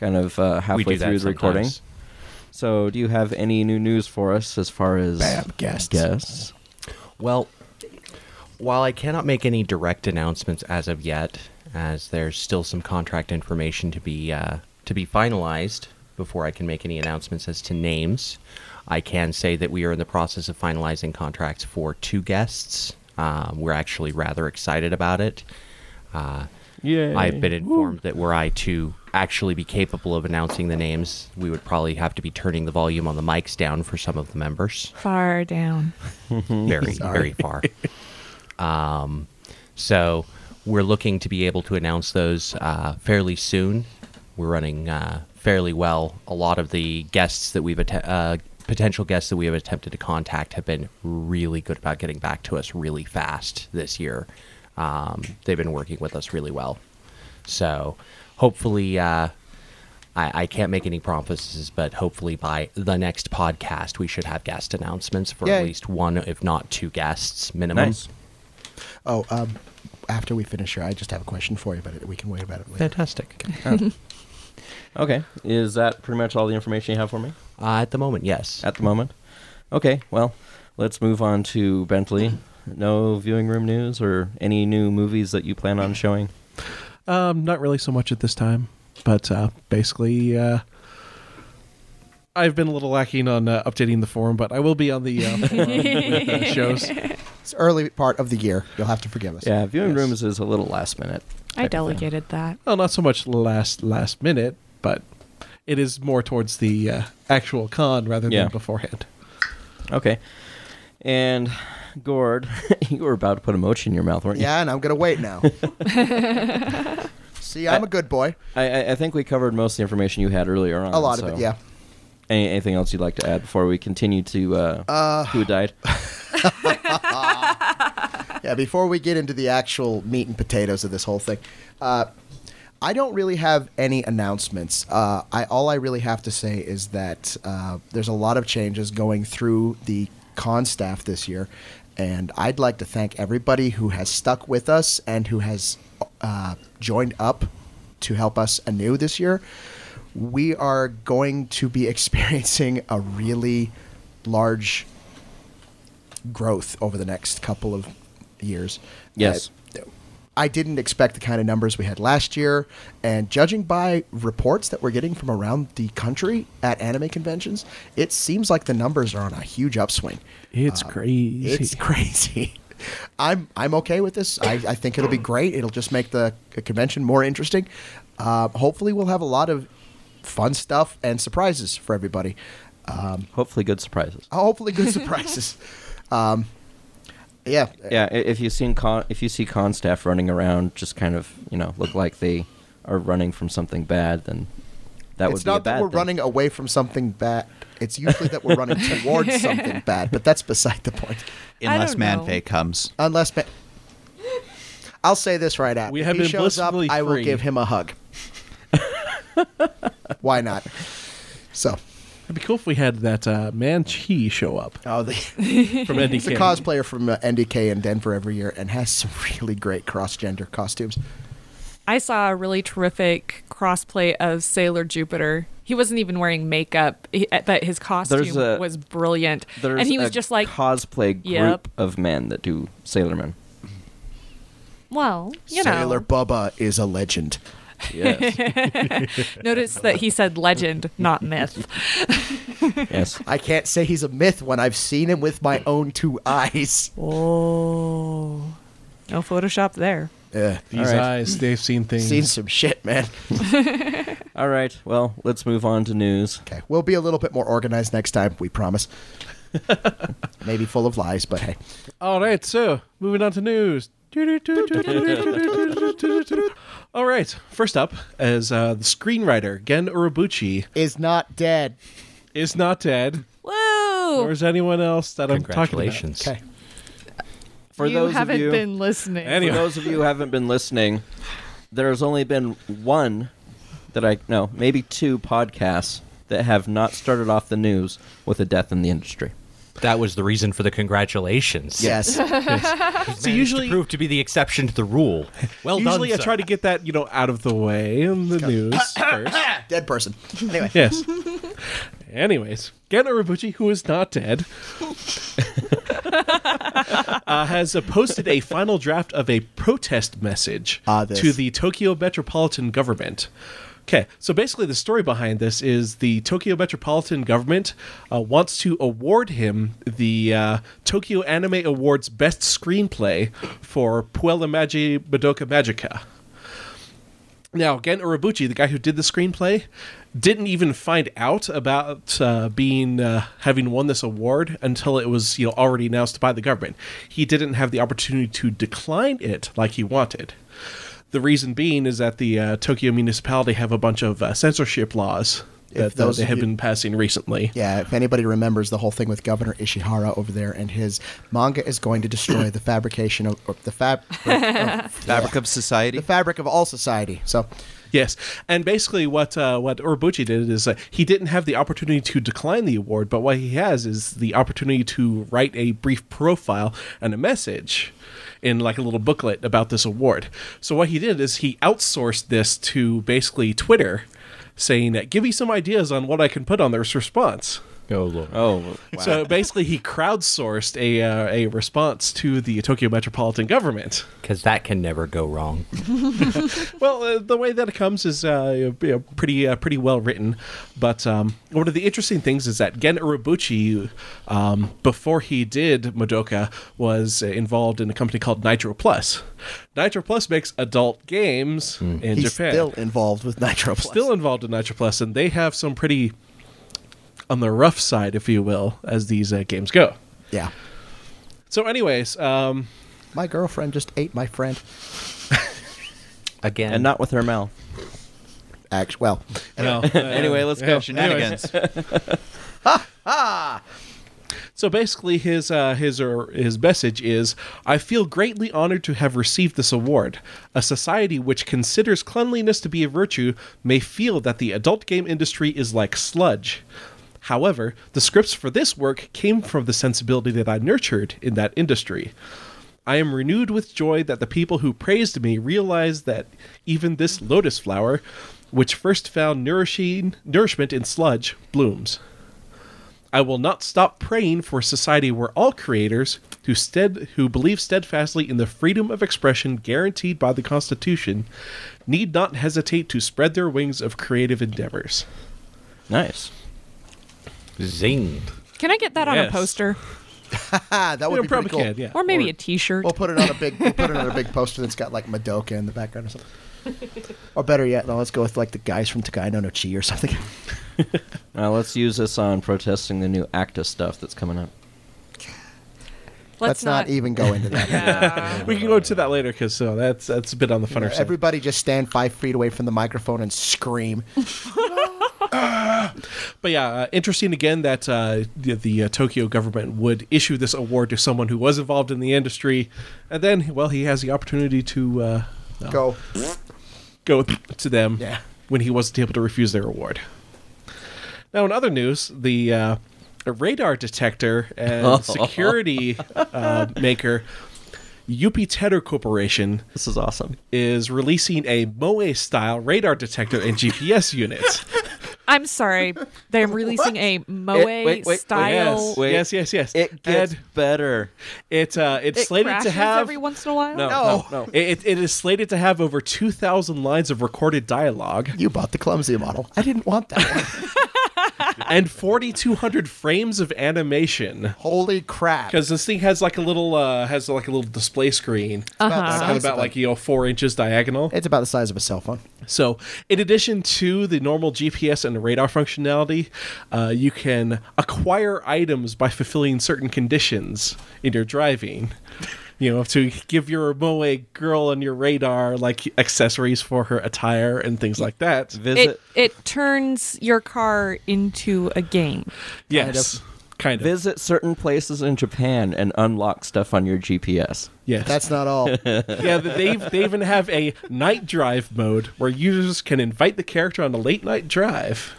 kind of uh,
We
halfway
do that
through the recording.
sometimes.
So, do you have any new news for us as far as
Bam, guests.
guests?
Well, while I cannot make any direct announcements as of yet, as there's still some contract information to be uh, to be finalized before I can make any announcements as to names, I can say that we are in the process of finalizing contracts for two guests. Um, we're actually rather excited about it. Uh, I've been informed that were I to actually be capable of announcing the names, we would probably have to be turning the volume on the mics down for some of the members
Far down.
Mm-hmm. very very far. Um, so we're looking to be able to announce those uh, fairly soon. We're running uh, fairly well. A lot of the guests that we've atte- uh, potential guests that we have attempted to contact have been really good about getting back to us really fast this year. Um, they've been working with us really well. So hopefully. Uh, I, I can't make any promises, but hopefully by the next podcast, we should have guest announcements for
Yay.
at least one, if not two guests minimum.
Nice.
Oh, um, after we finish here, I just have a question for you, but we can wait about it later.
Fantastic.
Okay. Is that pretty much all the information you have for me
Uh, at the moment, yes.
at the moment? Okay. Well, let's move on to Bentley. No viewing room news or any new movies that you plan on showing?
Um, not really so much at this time, but uh, basically, uh, I've been a little lacking on uh, updating the forum, but I will be on the uh, forum with, uh, shows.
It's early part of the year. You'll have to forgive us.
Yeah, viewing rooms is a little last minute.
I delegated that.
Well, not so much last last minute, but it is more towards the uh, actual con rather
Yeah.
than beforehand.
Okay. And Gord, you were about to put a mochi in your mouth, weren't you?
Yeah, and I'm gonna wait now. See, I'm a good boy.
I, I- I think we covered most of the information you had earlier on.
A lot of
so-
it, yeah.
Any, anything else you'd like to add before we continue to uh, who died?
Yeah, before we get into the actual meat and potatoes of this whole thing, uh, I don't really have any announcements. Uh, I all I really have to say is that uh, there's a lot of changes going through the con staff this year, and I'd like to thank everybody who has stuck with us and who has uh, joined up to help us anew this year. We are going to be experiencing a really large growth over the next couple of years.
Yes.
Uh, I didn't expect the kind of numbers we had last year, and judging by reports that we're getting from around the country at anime conventions, it seems like the numbers are on a huge upswing.
It's
Um,
crazy.
It's crazy. I'm I'm okay with this. I, I think it'll be great. It'll just make the convention more interesting. Uh, hopefully, we'll have a lot of fun stuff and surprises for everybody. Um,
Hopefully, good surprises.
hopefully, good surprises. um, yeah,
Yeah, i- if you seen con, if you see con staff running around, just kind of you know look like they are running from something bad, then that
it's
would be
not
a bad
that we're
thing.
running away from something bad. It's usually that we're running towards something bad, but that's beside the point.
I
Unless
don't know.
Manfei comes.
Unless, ma- I'll say this right out.
We
if
have
he
been
shows up,
blissfully
I will
free.
give him a hug. Why not? So,
It'd be cool if we had that uh, Man Chi show up
oh, the,
from NDK.
he's a cosplayer from uh, NDK in Denver every year and has some really great cross-gender costumes.
I saw a really terrific crossplay of Sailor Jupiter. He wasn't even wearing makeup, he, uh, but his costume
a-
was brilliant.
There's
and he was
a
just like,
cosplay group
Yep.
of men that do Sailor Men.
well, you
Sailor
know.
Bubba is a legend.
Yes,
Notice that he said legend, not myth.
yes.
I can't say he's a myth when I've seen him with my own two eyes.
Oh, no Photoshop there.
Ugh.
These
All right.
eyes, they've seen things.
Seen some shit, man.
All right. Well, let's move on to news.
Okay, we'll be a little bit more organized next time, we promise. Maybe full of lies, but hey.
All right, so moving on to news. All right, first up is uh, the screenwriter Gen Urobuchi
Is not dead.
is not dead, or
Whoa!
is anyone else that I'm talking about.
Congratulations.
Okay.
For
you
those
haven't
of you,
been listening.
for
Anyway.
those of you who haven't been listening, there's only been one that I no, maybe two podcasts that have not started off the news with a death in the industry.
That was the reason for the congratulations.
Yes.
So usually proved to be the exception to the rule. Well
Usually, I
done.
try to get that you know out of the way in the news first.
dead person. Anyway,
Yes. Anyways, Gen Urobuchi, who is not dead, uh, has uh, posted a final draft of a protest message
Ah, this.
to the Tokyo Metropolitan Government. Okay, so basically, the story behind this is the Tokyo Metropolitan Government uh, wants to award him the uh, Tokyo Anime Awards Best Screenplay for Puella Magi Madoka Magica. Now, Gen Urobuchi, the guy who did the screenplay, didn't even find out about uh, being uh, having won this award until it was you know already announced by the government. He didn't have the opportunity to decline it like he wanted. The reason being is that the uh, Tokyo municipality have a bunch of uh, censorship laws that uh,
those
they
of
have
you-
been passing recently.
yeah, if anybody remembers the whole thing with Governor Ishihara over there and his manga is going to destroy the fabrication of or the fab oh, of-
Fabric of Society.
the fabric of all society. So,
Yes, and basically what uh, what Urobuchi did is uh, he didn't have the opportunity to decline the award, but what he has is the opportunity to write a brief profile and a message in like a little booklet about this award. So what he did is he outsourced this to basically Twitter saying, "Give me some ideas on what I can put on this response."
Oh lord.
Oh, wow.
So basically, he crowdsourced a uh, a response to the Tokyo metropolitan government.
because that can never go wrong.
Well, uh, the way that it comes is uh, you know, pretty uh, pretty well written. But um, one of the interesting things is that Gen Urobuchi, um, before he did Madoka, was involved in a company called Nitro Plus. Nitro Plus makes adult games in
Hmm. He's
Japan.
still involved with Nitro Plus.
still involved in Nitro Plus, and they have some pretty on the rough side, if you will, as these uh, games go.
yeah.
So, anyways, um,
My girlfriend just ate my friend.
Again,
and not with her mouth.
Actually, well,
no,
Anyway, let's go. Shenanigans.
So basically, his uh, his or his message is: I feel greatly honored to have received this award. A society which considers cleanliness to be a virtue may feel that the adult game industry is like sludge. However, the scripts for this work came from the sensibility that I nurtured in that industry. I am renewed with joy that the people who praised me realized that even this lotus flower, which first found nourishing nourishment in sludge, blooms. I will not stop praying for a society where all creators who stead who believe steadfastly in the freedom of expression guaranteed by the Constitution need not hesitate to spread their wings of creative endeavors.
Nice.
zing.
Can I get that on a
Yes.
poster?
ah, that would
You
be pretty
probably
cool.
can, yeah.
Or maybe a t shirt?
We'll put it on a big. We'll put it on a big poster that's got like Madoka in the background or something. or better yet, no, let's go with like the guys from Takai no Chi or something.
Now let's use this on protesting the new ACTA stuff that's coming up.
Let's not, even go into that.
Yeah.
We can go into that later because so that's that's a bit on the funner side.
Everybody just stand five feet away from the microphone and scream.
But yeah, uh, interesting again that uh, the, the uh, Tokyo government would issue this award to someone who was involved in the industry, and then well, he has the opportunity to uh, uh,
Go.
go to them
Yeah.
when he wasn't able to refuse their award. Now, in other news, the uh, radar detector and security uh, maker Yupi Tether Corporation
This is awesome.
is releasing a Moe style radar detector and GPS unit.
I'm sorry. They're releasing a Moe
wait, wait, wait,
style.
yes, yes, yes, yes.
It gets
And
better.
it, uh, it's
It
slated
crashes
to have
every once in a while.
No,
No.
no, no.
It, it is slated to have over 2,000 lines of recorded dialogue
You bought the clumsy model. I didn't want that one.
and 4,200 frames of animation.
Holy crap!
Because this thing has like a little uh, has like a little display screen, uh
about the size of
about
a-
like you know four inches diagonal.
it's about the size of a cell phone.
So, in addition to the normal GPS and radar functionality, uh, you can acquire items by fulfilling certain conditions in your driving. You know, to give your moe girl on your radar like accessories for her attire and things like that.
Visit
It, it turns your car into a game.
Yes, kind of.
visit certain places in Japan and unlock stuff on your GPS.
Yes,
That's not all.
yeah, they they even have a night drive mode where users can invite the character on a late night drive.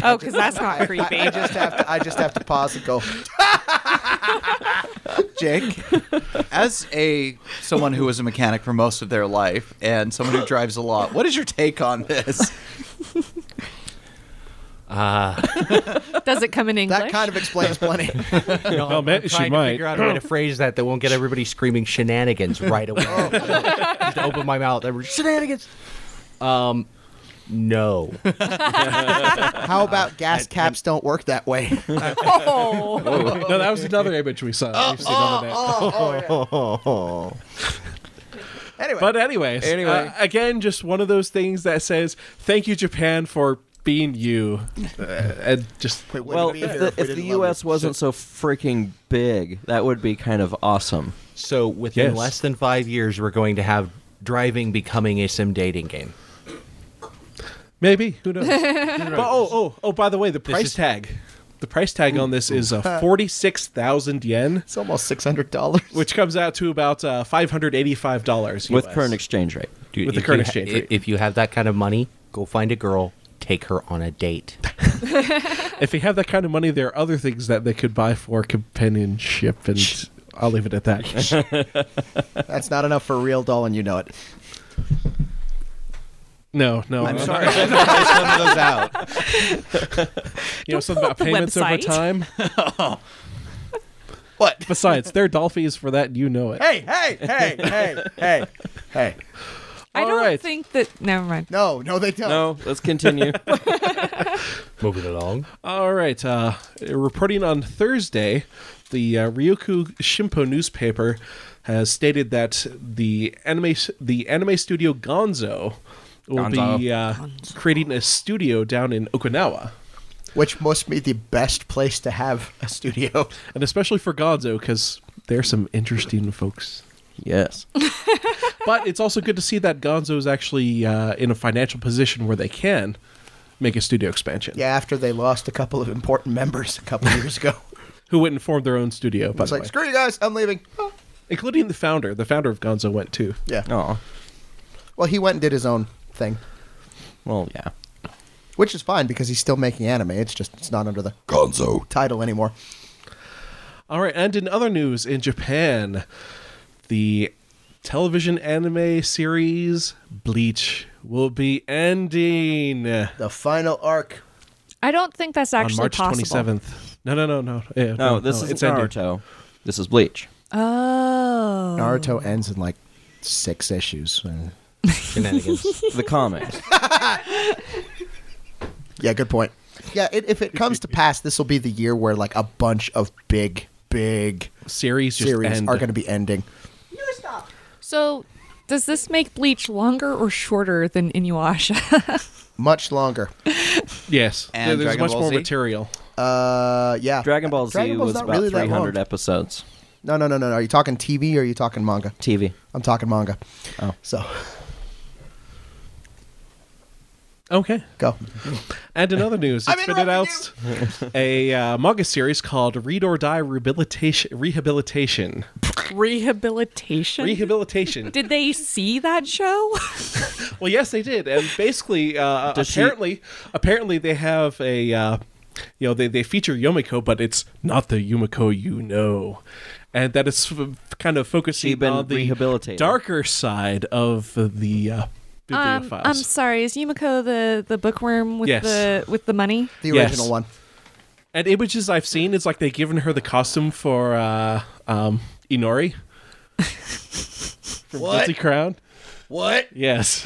Oh, because that's not creepy.
I just have to. I just have to pause and go. Jake,
As a someone who was a mechanic for most of their life and someone who drives a lot, what is your take on this?
Does it come in English?
that kind of explains plenty.
No,
Well, man,
I'm
she
trying
might.
to figure out a way to phrase that that won't get everybody screaming shenanigans right away. Just open my mouth. They were, shenanigans. Um, no.
How about gas caps don't work that way?
oh.
No, that was another image we saw. We've seen on the net.
Oh, Anyway,
But anyways,
Anyway.
uh, again, just one of those things that says thank you Japan for being you, uh, and just
Wait,
Well,
wouldn't it
if
be
the,
fair
if
we
the
didn't love
U.S.
it?
wasn't so freaking big, that would be kind of awesome.
So within
Yes.
less than five years, we're going to have driving becoming a sim dating game.
maybe who knows? but, oh, oh, oh! By the way, the price
is-
tag, the price tag on this is uh, forty six thousand yen,
it's almost six hundred dollars.
which comes out to about uh, five hundred eighty five dollars
With current exchange rate.
Dude,
With the
if you
current exchange
i-
rate.
If you have that kind of money, go find a girl, take her on a date.
if they have that kind of money, there are other things that they could buy for companionship, and I'll leave it at that.
That's not enough for a real doll, and you know it.
No, no.
I'm sorry. I should have fished some of those out.
You know
Don't
something
pull
about
up the
payments over
website.
time.
Oh.
What?
Besides, they're dolphies for that. You know it.
Hey, hey, hey, hey, hey, hey.
I
All
don't
right.
think that. Never mind.
No, no, they don't.
No, let's continue.
Moving along.
All right. Uh, reporting on Thursday, the uh, Ryoku Shimpo newspaper has stated that the anime the anime studio Gonzo will be uh, creating a studio down in Okinawa,
Which must be the best place to have a studio.
and especially for Gonzo because they're some interesting folks.
yes.
But it's also good to see that Gonzo is actually uh, in a financial position where they can make a studio expansion.
Yeah, after they lost a couple of important members a couple of years ago.
Who went and formed their own studio, by
It's
the
like,
way.
screw you guys, I'm leaving. Oh,
including the founder. The founder of Gonzo went too.
Yeah.
Oh,
Well, he went and did his own thing,
well, yeah.
which is fine because he's still making anime. It's just, it's not under the Gonzo title anymore.
All right, and in other news, in Japan, the television anime series Bleach will be ending
The final arc.
I don't think that's
on
actually
March
possible.
twenty seventh. No, no, no, no. Yeah,
No, this is
it's ending.
Naruto. Oh, This is Bleach.
Oh.
Naruto ends in like six issues. Uh,
Shenanigans.
The comics.
Yeah, good point. Yeah, it, if it comes to pass, this will be the year where like a bunch of big, big
Series just
series
end.
are going to be ending.
So, does this make Bleach longer or shorter than Inuyasha?
Much longer.
Yes,
And
There- there's
Dragon
much
Ball
more
Z?
material.
Uh, yeah.
Dragon Ball Z
Dragon Ball's
was
not
about
really that
300
long.
episodes.
No, no, no, no. no. Are you talking TV or are you talking manga?
TV.
I'm talking manga.
Oh.
So
Okay.
go.
And in other news, it's been announced a uh, manga series called Read or Die Rehabilitation. Rehabilitation.
Rehabilitation?
Rehabilitation.
Did they see that show?
Well, yes, they did, and basically, uh,
Does she-
apparently, apparently they have a, uh, you know, they they feature Yomiko, but it's not the Yomiko you know, and that is f- kind of focusing
She's been
on the
rehabilitated.
darker side of the uh,
um,
bibliophiles.
I'm sorry. Is Yumiko the, the bookworm with
Yes.
the with the money?
The
Yes.
original one.
and images I've seen is like they've given her the costume for uh, um, Inori from Guilty Crown.
What?
Yes,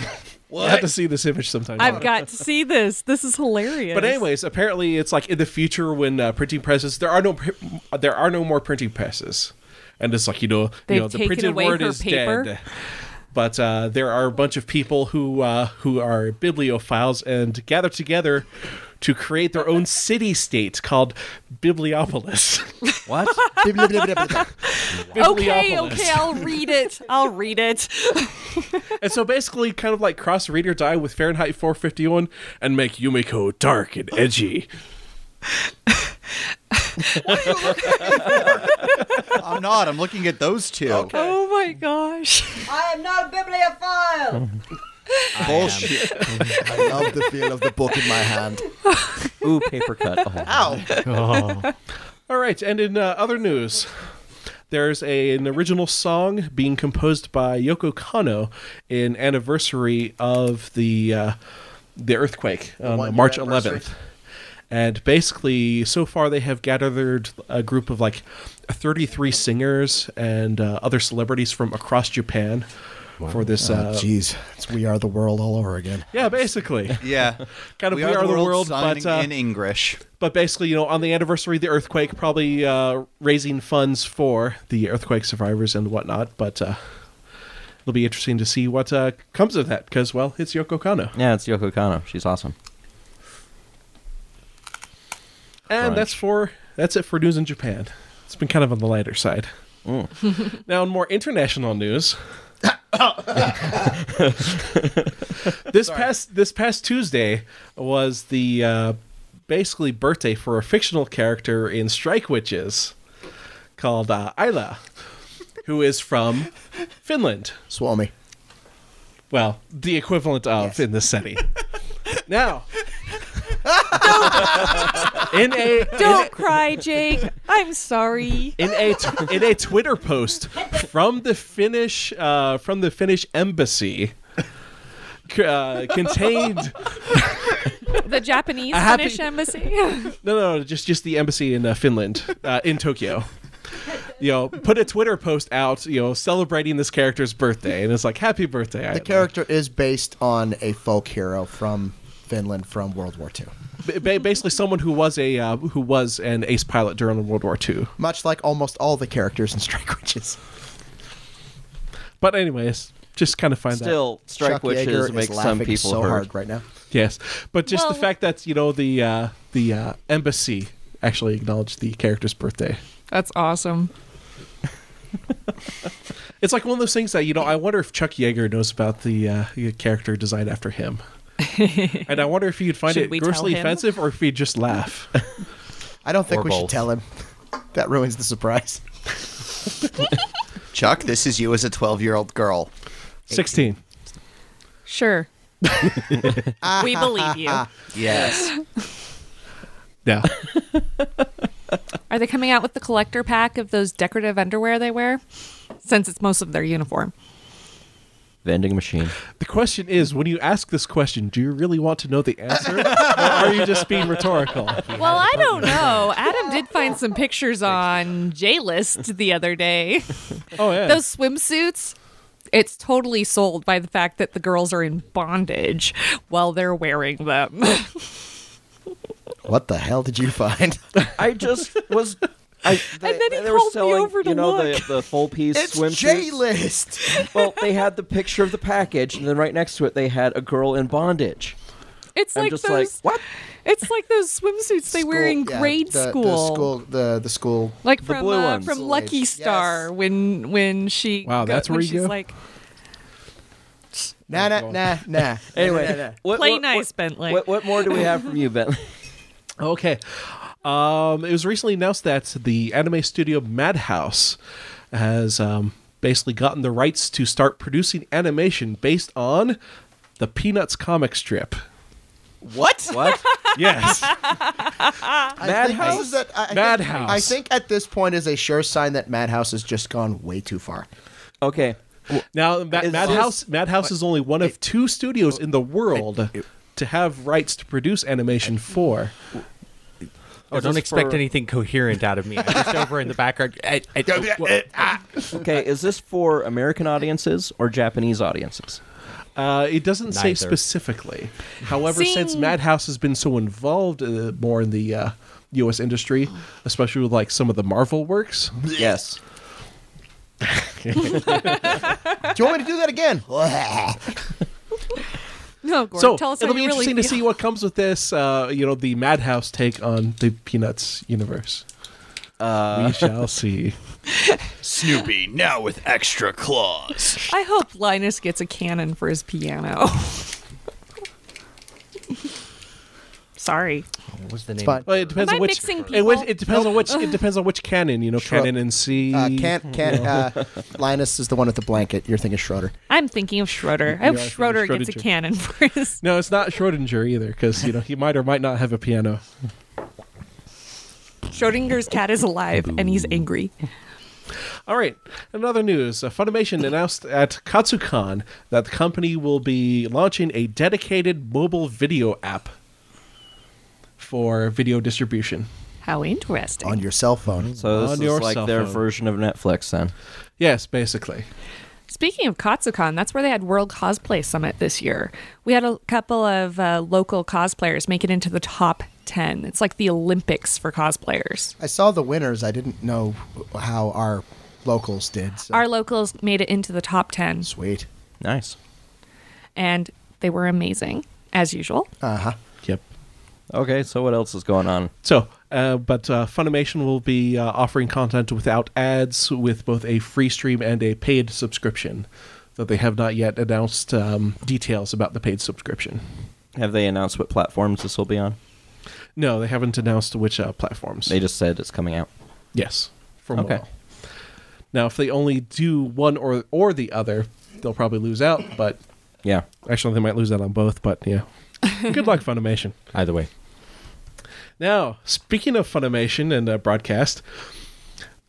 I have to see this image sometime.
I've got to see this. This is hilarious.
But anyways, apparently it's like in the future when uh, printing presses there are no pr- there are no more printing presses, and it's like you know
They've
you know the
taken
printed
away
word
her
is
paper?
dead. But uh, there are a bunch of people who uh, who are bibliophiles and gather together to create their own city state called Bibliopolis.
What?
okay,
Bibliopolis.
okay, I'll read it. I'll read it.
and so basically, kind of like cross read or die with Fahrenheit 451 and make Yumiko dark and edgy.
I'm not. I'm looking at those two.
Oh my gosh.
I am not a bibliophile.
Bullshit.
I love the feel of the book in my hand.
Ooh, paper cut. Oh.
Oh. All right, and in uh, other news, there's a, an original song being composed by Yoko Kano in anniversary of the uh, the earthquake on
one-year
March
anniversary.
11th. And basically, so far they have gathered a group of like 33 singers and uh, other celebrities from across Japan for this.
Oh,
Uh,
Jeez, it's We Are the World all over again.
yeah, basically.
Yeah.
Kind of We Are the World,
sung
but, uh,
in English.
but basically, you know, on the anniversary of the earthquake, probably uh, raising funds for the earthquake survivors and whatnot. But uh, it'll be interesting to see what uh, comes of that because, well, it's Yoko Kano.
Yeah, it's Yoko Kano. She's awesome.
And that's for that's it for news in Japan. It's been kind of on the lighter side. now, in more international news, this past this past Tuesday was the uh, basically birthday for a fictional character in Strike Witches called uh, Isla, who is from Finland.
Swami.
Well, the equivalent of in this setting. now. in a
Don't cry, Jake. I'm sorry.
in a t- in a Twitter post from the Finnish uh, from the Finnish embassy. c- uh, contained.
The Japanese
A happy-
Finnish embassy.
No, no, no, just just the embassy in uh, Finland, uh, in Tokyo. You know, put a Twitter post out, you know, celebrating this character's birthday, and it's like, "Happy birthday!"
The
Isla."
character is based on a folk hero from Finland from World War II.
Ba- ba- basically someone who was a uh, who was an ace pilot during World War II.
Much like almost all the characters in Strike Witches.
But anyways, just kind of find that-
Still, strike
Chuck Yeager
witches
is
make some
laughing
people
so
hurt.
hard right now.
Yes, but just
Well-
the fact that you know the uh, the uh, embassy actually acknowledged the character's birthday.
That's awesome.
It's like one of those things that you know. I wonder if Chuck Yeager knows about the uh, the character designed after him, and I wonder if he'd find
Should
it
we tell
grossly
him?
offensive or if he'd just laugh.
I don't think
Or
we should
both.
tell him. that ruins the surprise.
Chuck, this is you as a 12 year old girl.
Sixteen.
Sure. we believe you.
Yes.
Yeah.
Are they coming out with the collector pack of those decorative underwear they wear? Since it's most of their uniform.
Vending machine.
the question is, when you ask this question, do you really want to know the answer, or are you just being rhetorical?
Well, I don't know. Adam did find some pictures on J List the other day.
Oh yeah.
Those swimsuits, it's totally sold by the fact that the girls are in bondage while they're wearing them.
What the hell did you find?
I just was. I, they,
And then he
they were
called me
selling,
over to
you know,
look.
the the full piece
it's
swimsuits.
J List.
Well, they had the picture of the package, and then right next to it, they had a girl in bondage.
It's
I'm
like
just
those.
like, what?
It's like those swimsuits they wear in grade
the,
school.
The school. The the school.
Like
The
from
blue
uh,
ones.
from
School
Lucky
age.
Star
Yes.
when when she
Wow, that's
when
where you
she's
go?
like
Nah, nah, nah, nah.
Anyway,
nah, nah, nah.
what-
play
what-
nice Bentley.
What, what more do we have from you, Bentley?
Okay. Um, it was recently announced that the anime studio Madhouse has um, basically gotten the rights to start producing animation based on the Peanuts comic strip.
What?
What?
Yes.
I think
Madhouse?
this is a- I- I think-
Madhouse.
I think at this point is a sure sign that Madhouse has just gone way too far.
Okay.
now, Ma-
Is
Madhouse Madhouse is only one of two studios in the world to have rights to produce animation for.
Oh,
Is
don't
this
expect
for-
anything coherent out of me. I'm just over in the background. I, I, well,
Ah.
Ah, Okay. Is this for American audiences or Japanese audiences?
Uh, it doesn't say
Neither.
specifically. However, since
See-
Madhouse has been so involved uh, more in the uh, U.S. industry, especially with like some of the Marvel works,
Yes.
Do you want me to do that again?
No, Oh, Gordon,
so
tell us how
it'll be
you really
interesting to
feel.
see what comes with this. Uh, you know, the Madhouse take on the Peanuts universe. we shall see.
Snoopy, now with extra claws.
I hope Linus gets a cannon for his piano. Sorry.
what was the name?
fine.
Well, it depends
Am
on
I
which.
mixing
it, which-
people?
it depends on which. It depends on which canon. You know,
Shrug.
canon and C.
Uh, can't can't. Uh, Linus is the one with the blanket. You're thinking Schroeder.
I'm thinking of Schroeder. I
You
hope
are thinking of
Schroeder gets a
Schrodinger.
cannon for his.
No, it's not Schrodinger either, because you know he might or might not have a piano.
Schrodinger's cat is alive and he's angry.
All right. In other news, uh, Funimation announced at Katsucon that the company will be launching a dedicated mobile video app for video distribution.
How interesting.
on your cell phone.
Oh. So this
On
is
your
like
cell
their
phone.
version of Netflix, then.
Yes, basically.
Speaking of Katsucon, that's where they had World Cosplay Summit this year. We had a couple of uh, local cosplayers make it into the top 10. It's like the Olympics for cosplayers.
I saw the winners. I didn't know how our locals did. So.
Our locals made it into the top 10
sweet.
Nice.
and they were amazing, as usual.
Uh huh.
Yep.
Okay. So what else is going on?
So, uh, but uh, Funimation will be uh, offering content without ads with both a free stream and a paid subscription, though they have not yet announced um, details about the paid subscription.
Have they announced what platforms this will be on?
No, they haven't announced which uh, platforms.
They just said it's coming out.
Yes, from
Okay.
Mobile. Now, if they only do one or or the other, they'll probably lose out. But
Yeah.
actually, they might lose out on both. But yeah, good luck, Funimation.
Either way.
Now, speaking of Funimation and uh, broadcast,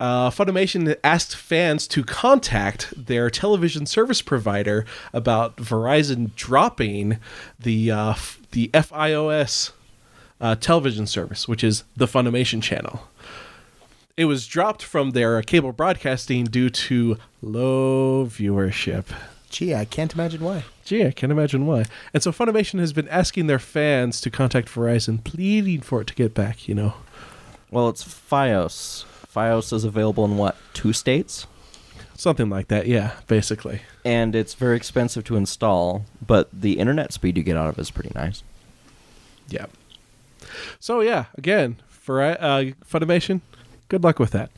Uh, Funimation asked fans to contact their television service provider about Verizon dropping the uh, f- the FIOS uh, television service, which is the Funimation channel. It was dropped from their cable broadcasting due to low viewership.
Gee, I can't imagine why.
Gee, I can't imagine why. And so Funimation has been asking their fans to contact Verizon, pleading for it to get back, you know.
Well, it's FiOS. FiOS is available in what two states,
Something like that, yeah, basically.
and it's very expensive to install. But the internet speed you get out of it is pretty nice.
Yeah. So, yeah, again, for uh, Funimation, good luck with that.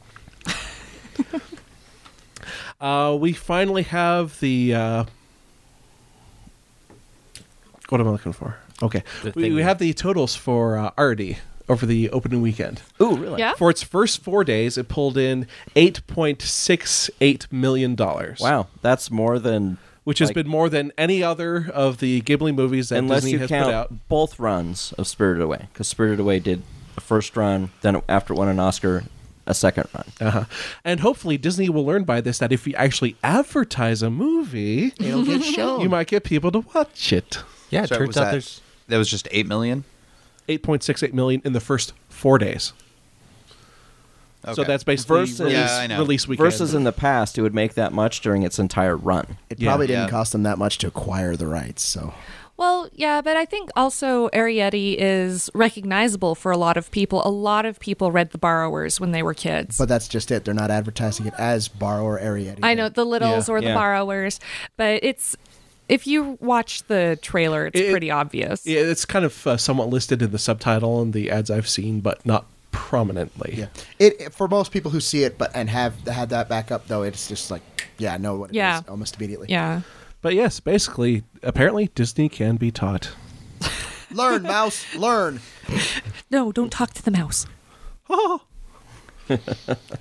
uh, we finally have the. Uh, what am I looking for? Okay.
The
We,
thing
we
that-
have the totals for uh, Artie over the opening weekend.
Ooh, really?
Yeah.
For its first four days, it pulled in eight point six eight million dollars.
Wow, that's more than
which has
like-
been more than any other of the Ghibli movies that
unless
Disney
you
has put out.
count both runs of Spirited Away, because Spirited Away did a first run, then after it won an Oscar, a second run.
Uh-huh. And hopefully, Disney will learn by this that if you actually advertise a movie,
It'll get shown.
you might get people to watch it.
Yeah, it
So
turns
was
out
that,
there's
that was just eight million.
Eight point six eight million in the first four days. So
Okay.
that's basically
Versus-
release,
Yeah, I know.
release weekend.
Versus in the past, it would make that much during its entire run.
It
Yeah.
probably didn't
Yeah.
cost them that much to acquire the rights, so
Well, yeah, but I think also Arietti is recognizable for a lot of people. A lot of people read The Borrowers when they were kids.
but that's just it. They're not advertising it as borrower area.
I know the Littles
Yeah.
or The
Yeah.
Borrowers, but it's if you watch the trailer, it's
It-
pretty obvious.
Yeah, it's kind of uh, somewhat listed in the subtitle and the ads I've seen, but not prominently.
Yeah. It, it- for most people who see it but and have had that back up though, it's just like yeah, I know what it
Yeah.
is almost immediately.
Yeah.
But yes, basically, apparently Disney can be taught.
Learn, mouse, learn.
No, don't talk to the mouse. Oh.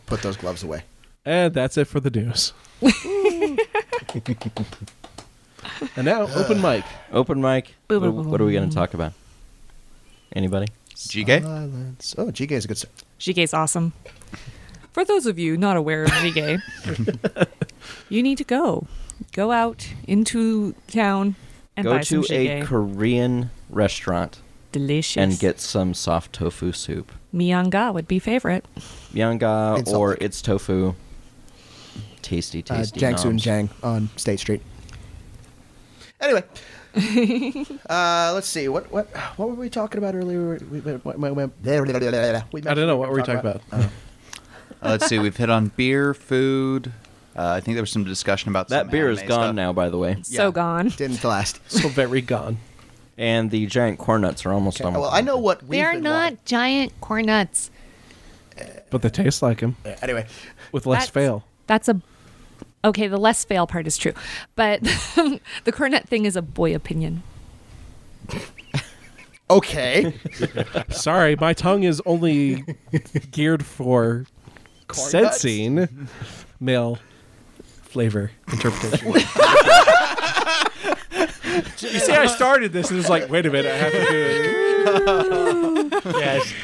Put those gloves away.
And that's it for the news. and now, open mic.
Open mic.
Boo, boo,
wh-
boo,
what are we
boo.
going to talk about? Anybody?
Jige?
Silence. Oh, G is a good s-
Jigay's awesome. For those of you not aware of Jigay, you need to go. Go out into town and
Go
buy some
to a
Jjigae.
Korean restaurant
Delicious.
and get some soft tofu soup.
Miyanga would be favorite.
Myanga
It's
or
all-
it's tofu. Tasty,
uh,
tasty.
Jang Soon
noms.
Jang on State Street. Anyway, uh, let's see what what what were we talking about earlier? We, we, we, we, we,
I don't know what were we talking about.
Uh, let's see. We've hit on beer, food. Uh, I think there was some discussion about
That
some
beer is
anime
gone
stuff.
now, by the way.
Yeah.
So gone.
Didn't last.
So very gone.
And the giant corn nuts are almost
Okay,
almost.
well, I know what we
They are not giant corn nuts.
But they taste like him
Uh, Anyway,
with less
That's-
fail.
That's a okay. The less fail part is true, but the cornet thing is a boy opinion.
okay.
Sorry, my tongue is only geared for
Corn
sensing male flavor interpretation. you see, I started this and it was like, wait a minute, I have to do it.
yes.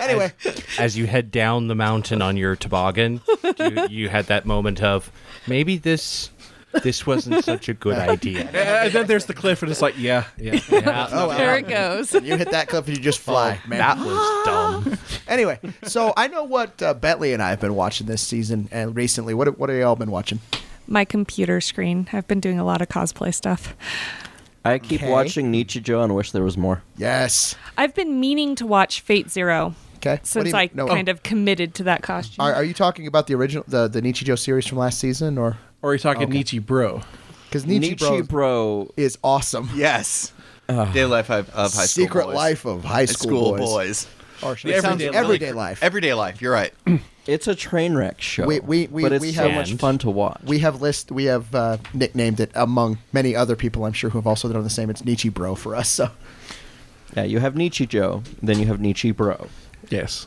anyway,
as you head down the mountain on your toboggan, you, you had that moment of maybe this this wasn't such a good idea.
And then there's the cliff, and it's like, yeah, yeah.
Yeah,
oh, well.
There it goes.
You hit that clip and you just fly, man.
that was dumb.
Anyway, so I know what uh, Bentley and I have been watching this season and recently. What what have y'all been watching?
My computer screen. I've been doing a lot of cosplay stuff.
I keep
Okay.
watching Nietzsche Joe and wish there was more.
Yes.
I've been meaning to watch Fate Zero
Okay. What do
since
you-
I
no. Uh.
kind of committed to that costume.
Are, are you talking about the original, the the Nichijou series from last season, or
Or you're talking Nietzsche, bro.
because
Nietzsche
Nichijou
Bro
is awesome?
Yes. Daily life of, of high school.
Secret
boys.
Life of High
High
School,
school
boys.
boys.
Or should I
The
say
everyday
everyday,
Really cr-
life.
Everyday life. You're right.
It's a train wreck show.
We- we- we-
but it's
we
so
have-
much fun to watch.
we have list. We have uh, nicknamed it among many other people. I'm sure who have also done the same. It's Nietzsche Bro for us. So
yeah, you have Nietzsche Joe, then you have Nietzsche Bro.
Yes.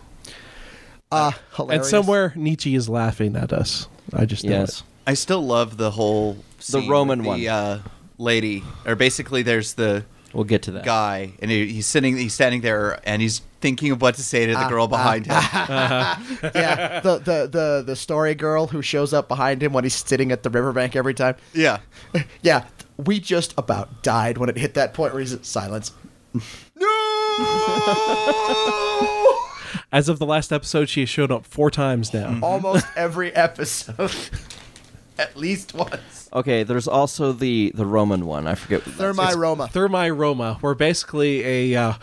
uh, hilarious.
And somewhere, Nietzsche is laughing at us. I just know
Yes.
it.
I still love the whole scene with
Roman
the,
one.
uh, lady, or basically, there's the
We'll get to that.
guy, and he, he's sitting, he's standing there, and he's thinking of what to say to
Ah,
the girl behind him.
Uh-huh.
yeah, the, the the the story girl who shows up behind him when he's sitting at the riverbank every time.
yeah.
Yeah, we just about died when it hit that point where he's silence.
As of the last episode, she has shown up four times
Mm-hmm.
now.
Almost every episode, at least once.
Okay, there's also the the Roman one. I forget. what that's-
Thermi Roma.
Thermi Roma were basically a uh,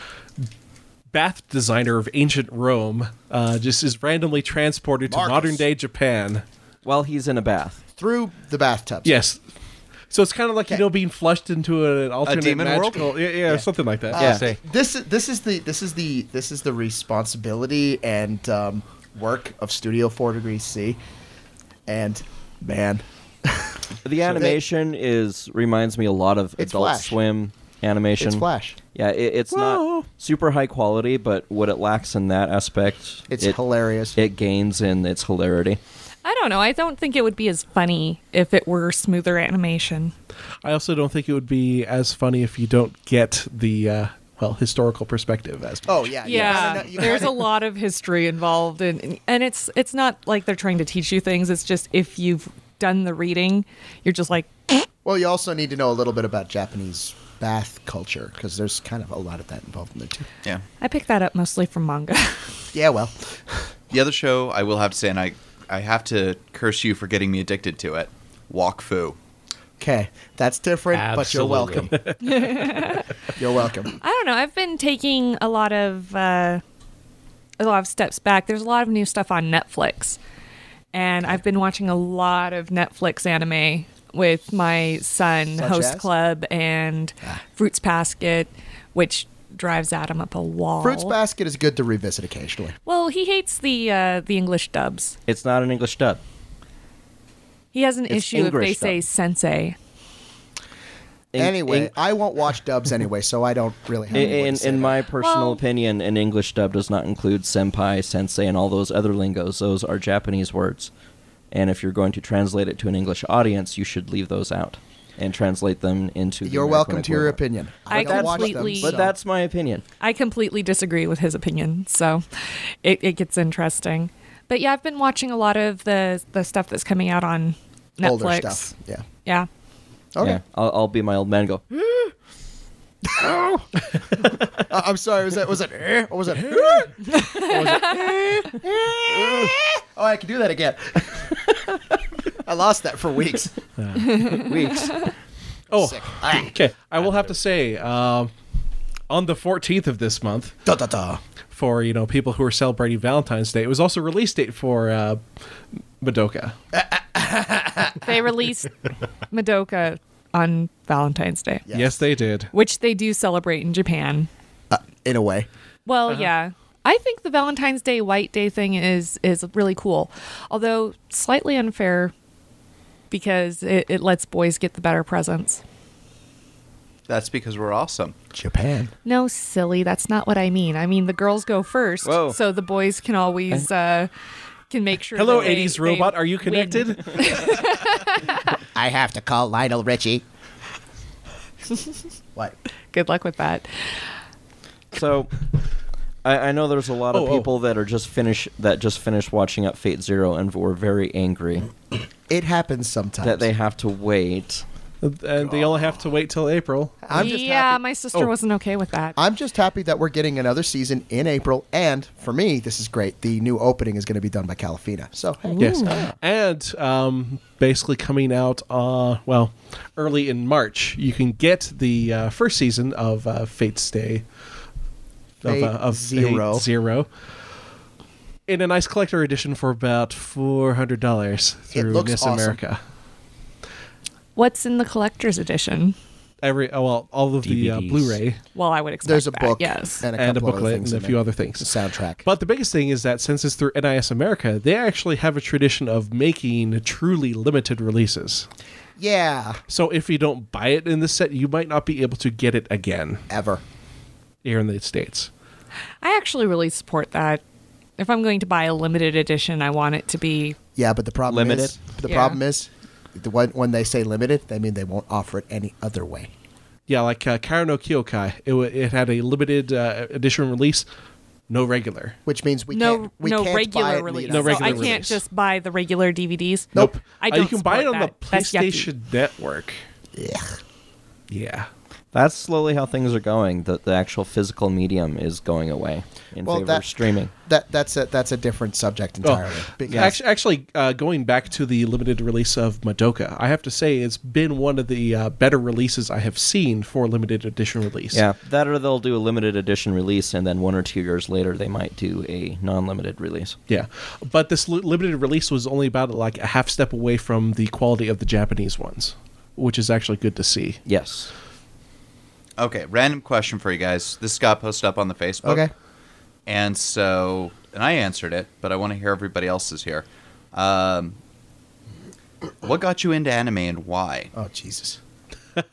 bath designer of ancient Rome, uh, just is randomly transported to
Marcus.
modern day Japan.
While he's in a bath.
Through the bathtub.
Yes. So it's kind of like you
Okay.
know being flushed into an alternate
demon world?
magical, Yeah, yeah, something like that.
Yeah.
Say,
This is this is the this is the this is the responsibility and um, work of Studio Four Degrees C, and man,
The animation is reminds me a lot of
It's
Adult
Flash.
Swim animation.
it's Flash.
Yeah, it, it's
Whoa.
not super high quality, but what it lacks in that aspect,
It's
it,
hilarious.
It gains in its hilarity.
I don't know. I don't think it would be as funny if it were smoother animation.
I also don't think it would be as funny if you don't get the uh, well historical perspective as.
oh yeah,
Yeah,
No, no, you
there's
gotta-
a lot of history involved, and and it's it's not like they're trying to teach you things. It's just if you've done the reading, you're just like, "Eh."
Well, you also need to know a little bit about Japanese bath culture because there's kind of a lot of that involved in there too.
Yeah.
I picked that up mostly from manga.
Yeah, well,
The other show I will have to say, and I, I have to curse you for getting me addicted to it. Walk Fu.
okay, that's different, but you're welcome.
Absolutely.
You're welcome.
I don't know. I've been taking a lot of uh, a lot of steps back. There's a lot of new stuff on Netflix, and I've been watching a lot of Netflix anime with my son,
Such
Host
as?
Club, and
Ah.
Fruits Basket, which drives Adam up a wall.
Fruits Basket is good to revisit occasionally.
Well, he hates the uh, the English dubs.
It's not an English dub.
He has an
It's
issue
English
if they say
dub.
sensei.
In-
anyway,
in-
I won't watch dubs anyway, so I don't really. Have
In,
anything
in,
to say
in
about
my
it.
personal
Well-
opinion, an English dub does not include senpai, sensei, and all those other lingos. Those are Japanese words. And if you're going to translate it to an English audience, you should leave those out and translate them into. the
you're
American
welcome to your
equivalent.
opinion.
I
don't watch them,
completely-
But
so-
that's my opinion.
I completely disagree with his opinion, so it, it gets interesting. But yeah, I've been watching a lot of the the stuff that's coming out on Netflix.
older stuff. Yeah.
Yeah.
Okay.
Yeah, I'll, I'll be my old man. And go.
I- I'm sorry. Was that was it? eh, Or was it? eh? Or was it, eh, eh? oh, I can do that again. I lost that for weeks.
Weeks.
Oh, okay. I will have to say, um, on the 14th of this month,
Da da da.
for you know people who are celebrating Valentine's Day, it was also release date for uh, Madoka.
They released Madoka on Valentine's Day,
Yes. they did.
which they do celebrate in Japan.
In a way.
Well, yeah. I think the Valentine's Day White Day thing is is really cool, although slightly unfair because it, it lets boys get the better presents.
That's because we're awesome.
Japan.
No, silly. That's not what I mean. I mean the girls go first,
Whoa.
so the boys can always uh, can make sure.
Eh. Hello,
that they-
80s
they
robot. Are you
win.
connected?
I have to call Lionel Richie. what?
Good luck with that.
So, I, I know there's a lot of
Oh, oh.
people that are just finish that just finished watching up Fate Zero and were very angry
It happens sometimes.
that they have to wait.
Uh, and they only have to wait till April.
I'm just
yeah,
happy.
my sister
Oh.
wasn't okay with that.
I'm just happy that we're getting another season in April, and for me, this is great. The new opening is going to be done by Calafina. So hey.
Yes, and um, basically coming out uh, well early in March, you can get the uh, first season of uh, Fate's Day uh,
Fate Zero.
Fate Zero in a nice collector edition for about four hundred dollars through
looks
Miss
awesome.
America.
What's in the collector's edition?
Every oh, well, all of the uh,
DVDs.
Blu-ray
Well, I would expect
there's a
that,
book
Yes.
and a,
and a
couple other
booklet
things
and a
in
few
it.
other things.
The soundtrack.
But the biggest thing is that since it's through NIS America, they actually have a tradition of making truly limited releases.
yeah,
So if you don't buy it in the set, you might not be able to get it again
ever.
here in the States.
I actually really support that. If I'm going to buy a limited edition, I want it to be
Yeah, but the problem
Limited.
is the
Yeah.
problem is the one, when they say limited, they mean they won't offer it any other way.
Yeah, like uh, Karen no Kyokai, it, wa it had a limited uh, edition release No regular.
which means we
no,
can't we
no
can't
regular
buy it
release.
lead-up.
No
so
regular
I can't
release.
just buy the regular DVDs.
Nope.
I
Uh,
don't
you can buy it on
support
the
that. That's yucky.
PlayStation Network.
Yeah.
Yeah.
That's slowly how things are going. The, the actual physical medium is going away in
Well,
favor
that-
of streaming.
That that's a that's a different subject
Oh,
entirely. because
actually, actually uh, going back to the limited release of Madoka, I have to say it's been one of the uh, better releases I have seen for limited edition release.
Yeah, that or they'll do a limited edition release, and then one or two years later, they might do a non limited release.
Yeah, but this li- limited release was only about like a half step away from the quality of the Japanese ones, which is actually good to see.
Yes.
Okay, random question for you guys. This got posted up on the Facebook.
Okay.
And so, and I answered it, but I want to hear everybody else's here. Um, what got you into anime and why?
Oh Jesus.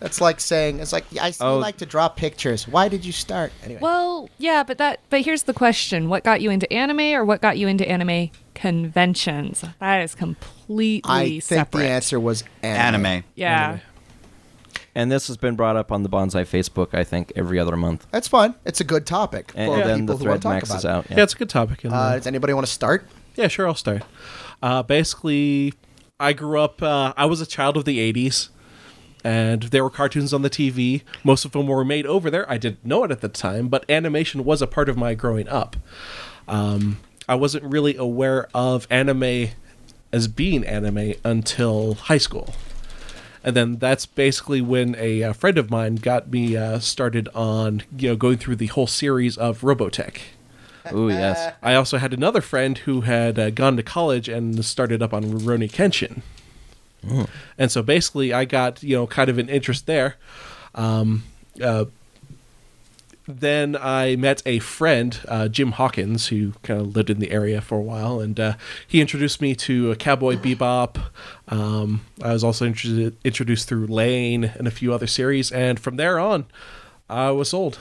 That's like saying it's like yeah, I still
Oh.
like to draw pictures. Why did you start anyway?
Well, yeah, but that but here's the question. What got you into anime or what got you into anime conventions? That is completely
I think
separate.
the answer was anime.
Anime.
yeah.
And this has been brought up on the Bonsai Facebook, I think, every other month.
That's fine. It's a good topic
And,
for
and then
people
the
who
thread
want to talk
maxes
about.
out.
Yeah, it's a good topic. And,
It. Uh, does anybody want to start?
Yeah, sure, I'll start. Uh, basically, I grew up, uh, I was a child of the 80s, and there were cartoons on the TV. Most of them were made over there. I didn't know it at the time, but animation was a part of my growing up. Um, I wasn't really aware of anime as being anime until high school. And then that's basically when a, uh friend of mine got me uh, started on you know going through the whole series of Robotech.
Ooh, yes.
I also had another friend who had uh, gone to college and started up on Rurouni Kenshin.
Mm.
And so basically, I got, you know, kind of an interest there. Um, uh, then I met a friend, uh, Jim Hawkins, who kind of lived in the area for a while, and uh, he introduced me to uh, Cowboy Bebop. Um, I was also intro- introduced through Lane and a few other series, and from there on, I was sold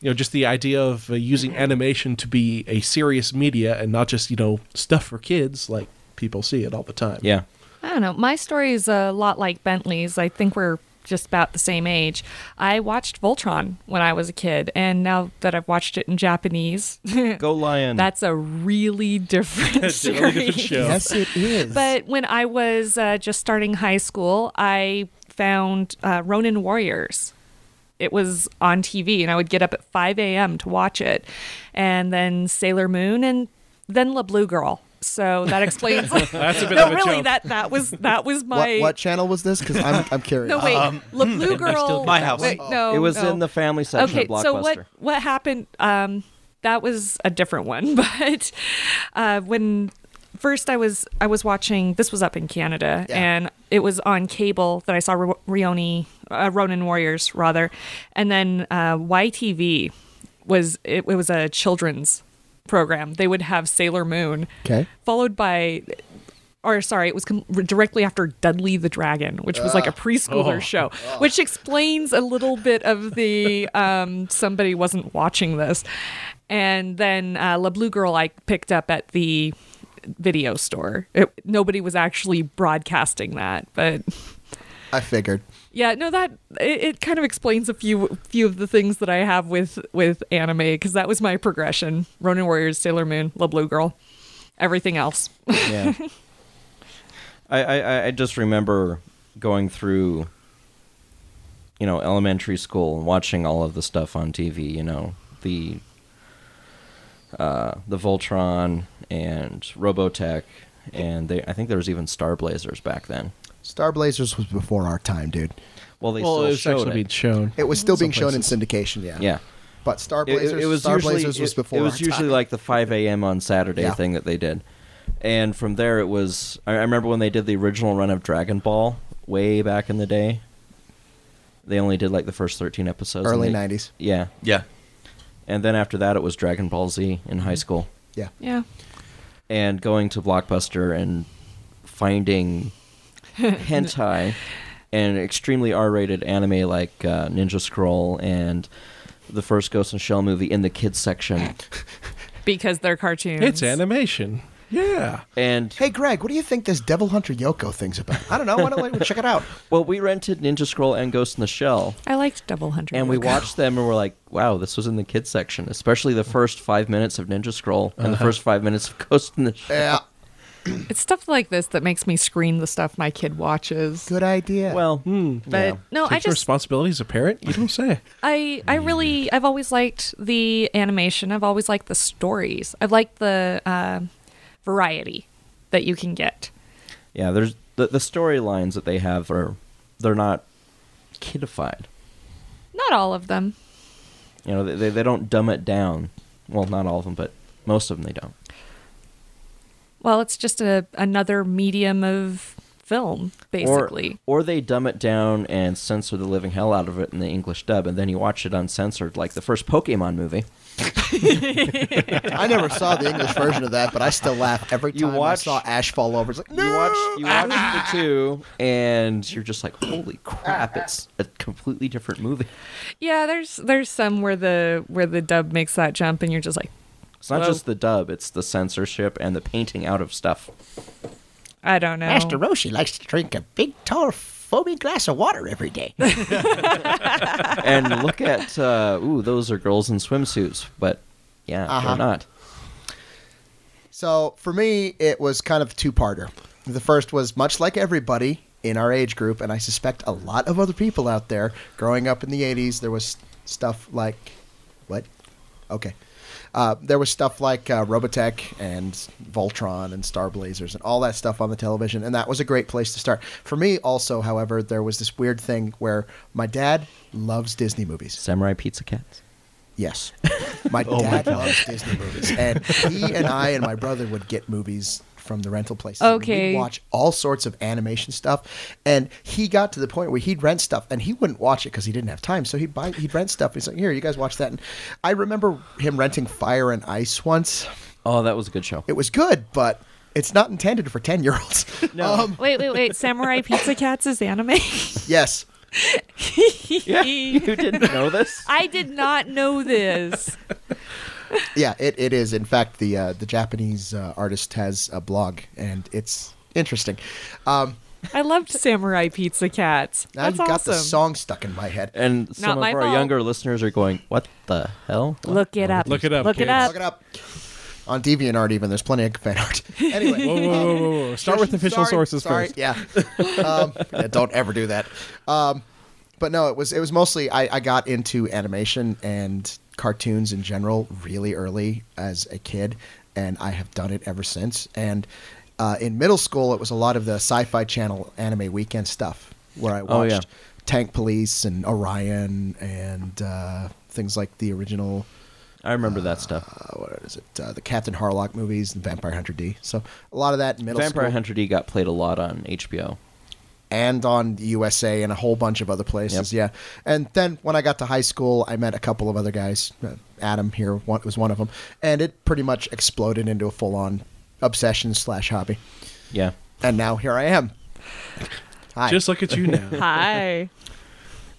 you know just the idea of uh, using animation to be a serious media and not just you know stuff for kids like people see it all the time
Yeah.
I don't know. My story is a lot like Bentley's. I think we're just about the same age. I watched Voltron when I was a kid, and now that I've watched it in Japanese,
Go Lion.
that's a really different
a
series.
really different show.
Yes, it is.
But when I was uh, just starting high school, I found uh, Ronin Warriors. It was on TV, and I would get up at 5 a.m. to watch it. And then Sailor Moon, and then La Blue Girl. So that explains.
that's a bit
no,
of a
really,
jump.
that that was that was
what,
my.
what channel was this? Because I'm I'm curious.
No, wait,
Um,
La
hmm.
Blue Girl.
My house.
Wait, no,
it was
no.
in the family section
Okay,
of Blockbuster.
so what what happened? Um, that was a different one, but uh, when first I was I was watching this was up in Canada
Yeah.
and it was on cable that I saw R- Rioni uh, Ronin Warriors rather, and then uh, YTV was it, it was a children's program. They would have Sailor Moon,
Okay.
followed by or sorry, it was com- directly after Dudley the Dragon, which was like a preschooler show, which explains a little bit of the um, somebody wasn't watching this. And then uh, La Blue Girl, I picked up at the video store. It, nobody was actually broadcasting that, but
I figured.
yeah, no, that it, it kind of explains a few few of the things that I have with with anime because that was my progression: Ronin Warriors, Sailor Moon, La Blue Girl, everything else.
yeah. I, I, I- I just remember going through, you know, elementary school and watching all of the stuff on TV. You know, the uh, the Voltron and Robotech, and they. I think there was even Star Blazers back then.
Star Blazers was before our time, dude.
Well, they
well
still
it's
showed
actually
it.
being shown
It was still being shown in syndication, yeah.
yeah.
But Star
It- it-
Blazers,
it, was
Star
usually
Blazers was
it-
before.
It was
our
usually
time.
like the 5 a.m. on Saturday
Yeah.
thing that they did, and from there it was. I I remember when they did the original run of Dragon Ball way back in the day. They only did like the first 13 episodes. and
early
they-
'90s.
Yeah,
Yeah.
and then after that it was Dragon Ball Z in
Mm-hmm.
high school,
Yeah.
Yeah.
and going to Blockbuster and finding hentai and extremely R-rated anime like uh, Ninja Scroll and the first Ghost in the Shell movie in the kids section.
because they're cartoons.
it's animation Yeah.
And
Hey, Greg, what do you think this Devil Hunter Yoko thing's about? I don't know. Why don't we check it out?
well, we rented Ninja Scroll and Ghost in the Shell,
I liked Double Hundred.
and we watched them, and we're like, "Wow, this was in the kids section." Especially the first five minutes of Ninja Scroll and the first five minutes of Ghost in the Shell.
Yeah.
It's stuff like this that makes me screen the stuff my kid watches.
Good idea.
Well,
But no, I
Take your
just
responsibility as a parent. You don't say.
I I really I've always liked the animation. I've always liked the stories. I've liked the uh, variety that you can get.
yeah, there's the, the storylines that they have are they're not kidified.
Not all of them.
You know, they, they they don't dumb it down. Well, not all of them, but most of them they don't.
Well, it's just a another medium of film, basically.
Or, or they dumb it down and censor the living hell out of it in the English dub, and then you watch it uncensored, like the first Pokemon movie.
I never saw the English version of that, but I still laugh every
You
time
watch-
I saw Ash fall over. It's like, no!
You watch, you watch the two, and you're just like, holy crap, it's a completely different movie.
yeah, there's there's some where the where the dub makes that jump, and you're just like,
It's not
Well-
just the dub, it's the censorship and the painting out of stuff.
I don't know.
Master Roshi likes to drink a big, tall, foamy glass of water every day.
And look at, uh, ooh, those are girls in swimsuits, but yeah,
Uh-huh.
they're not.
So for me, it was kind of two parter. The first was much like everybody in our age group, and I suspect a lot of other people out there growing up in the 80s, there was stuff like. What? Okay. Uh, there was stuff like uh, Robotech and Voltron and Star Blazers and all that stuff on the television, and that was a great place to start. For me, also, however, there was this weird thing where my dad loves Disney movies.
Samurai Pizza Cats.
Yes. My
Oh
dad loves Disney movies. And he and I and my brother would get movies from the rental places. and we'd
Okay.
watch all sorts of animation stuff. And he got to the point where he'd rent stuff and he wouldn't watch it because he didn't have time. So he'd buy he'd rent stuff. He's like, Here, you guys watch that. And I remember him renting Fire and Ice once.
Oh, that was a good show.
It was good, but it's not intended for ten year olds. No. Um,
wait, wait, wait! Samurai Pizza Cats is anime.
yes.
yeah, you didn't know this?
I did not know this.
Yeah, it, it is. In fact, the uh, the Japanese uh, artist has a blog and it's interesting. Um
I loved Samurai Pizza Cats.
Now
That's
you've got
awesome.
the song stuck in my head.
And some of
my
our
fault.
younger listeners are going, what the hell?
Look it up.
Look it up,
Look it
kids.
up.
Look it up on DeviantArt. Even there's plenty of fan art. Anyway,
Whoa, whoa, whoa, whoa, whoa. Start with official
Sorry,
sources
sorry,
first.
Yeah. Um, yeah, don't ever do that. Um, but no, it was it was mostly I, I got into animation and cartoons in general really early as a kid, and I have done it ever since. And uh, in middle school, it was a lot of the Sci-Fi Channel anime weekend stuff where I watched
Oh, yeah.
Tank Police and Orion and uh, things like the original
I remember that stuff.
uh, what is it? Uh, the Captain Harlock movies and Vampire Hunter D. So a lot of that in middle
Vampire
school
Hunter D got played a lot on HBO.
and on the USA and a whole bunch of other places. Yeah. And then when I got to high school, I met a couple of other guys. Uh, Adam here one, was one of them, and it pretty much exploded into a full-on obsession slash hobby.
Yeah.
And now here I am. Hi.
Just look at you now.
Hi.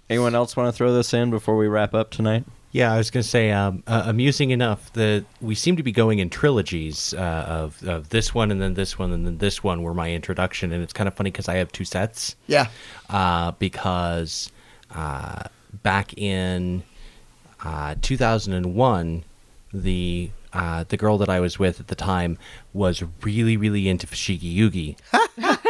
Anyone else want to throw this in before we wrap up tonight?
Yeah, I was going to say, um, uh, amusing enough that we seem to be going in trilogies uh, of, of this one and then this one and then this one were my introduction. And it's kind of funny because I have two sets.
yeah.
uh, because uh, back in uh, 2001, the uh, the girl that I was with at the time was really, really into Fushigi Yugi.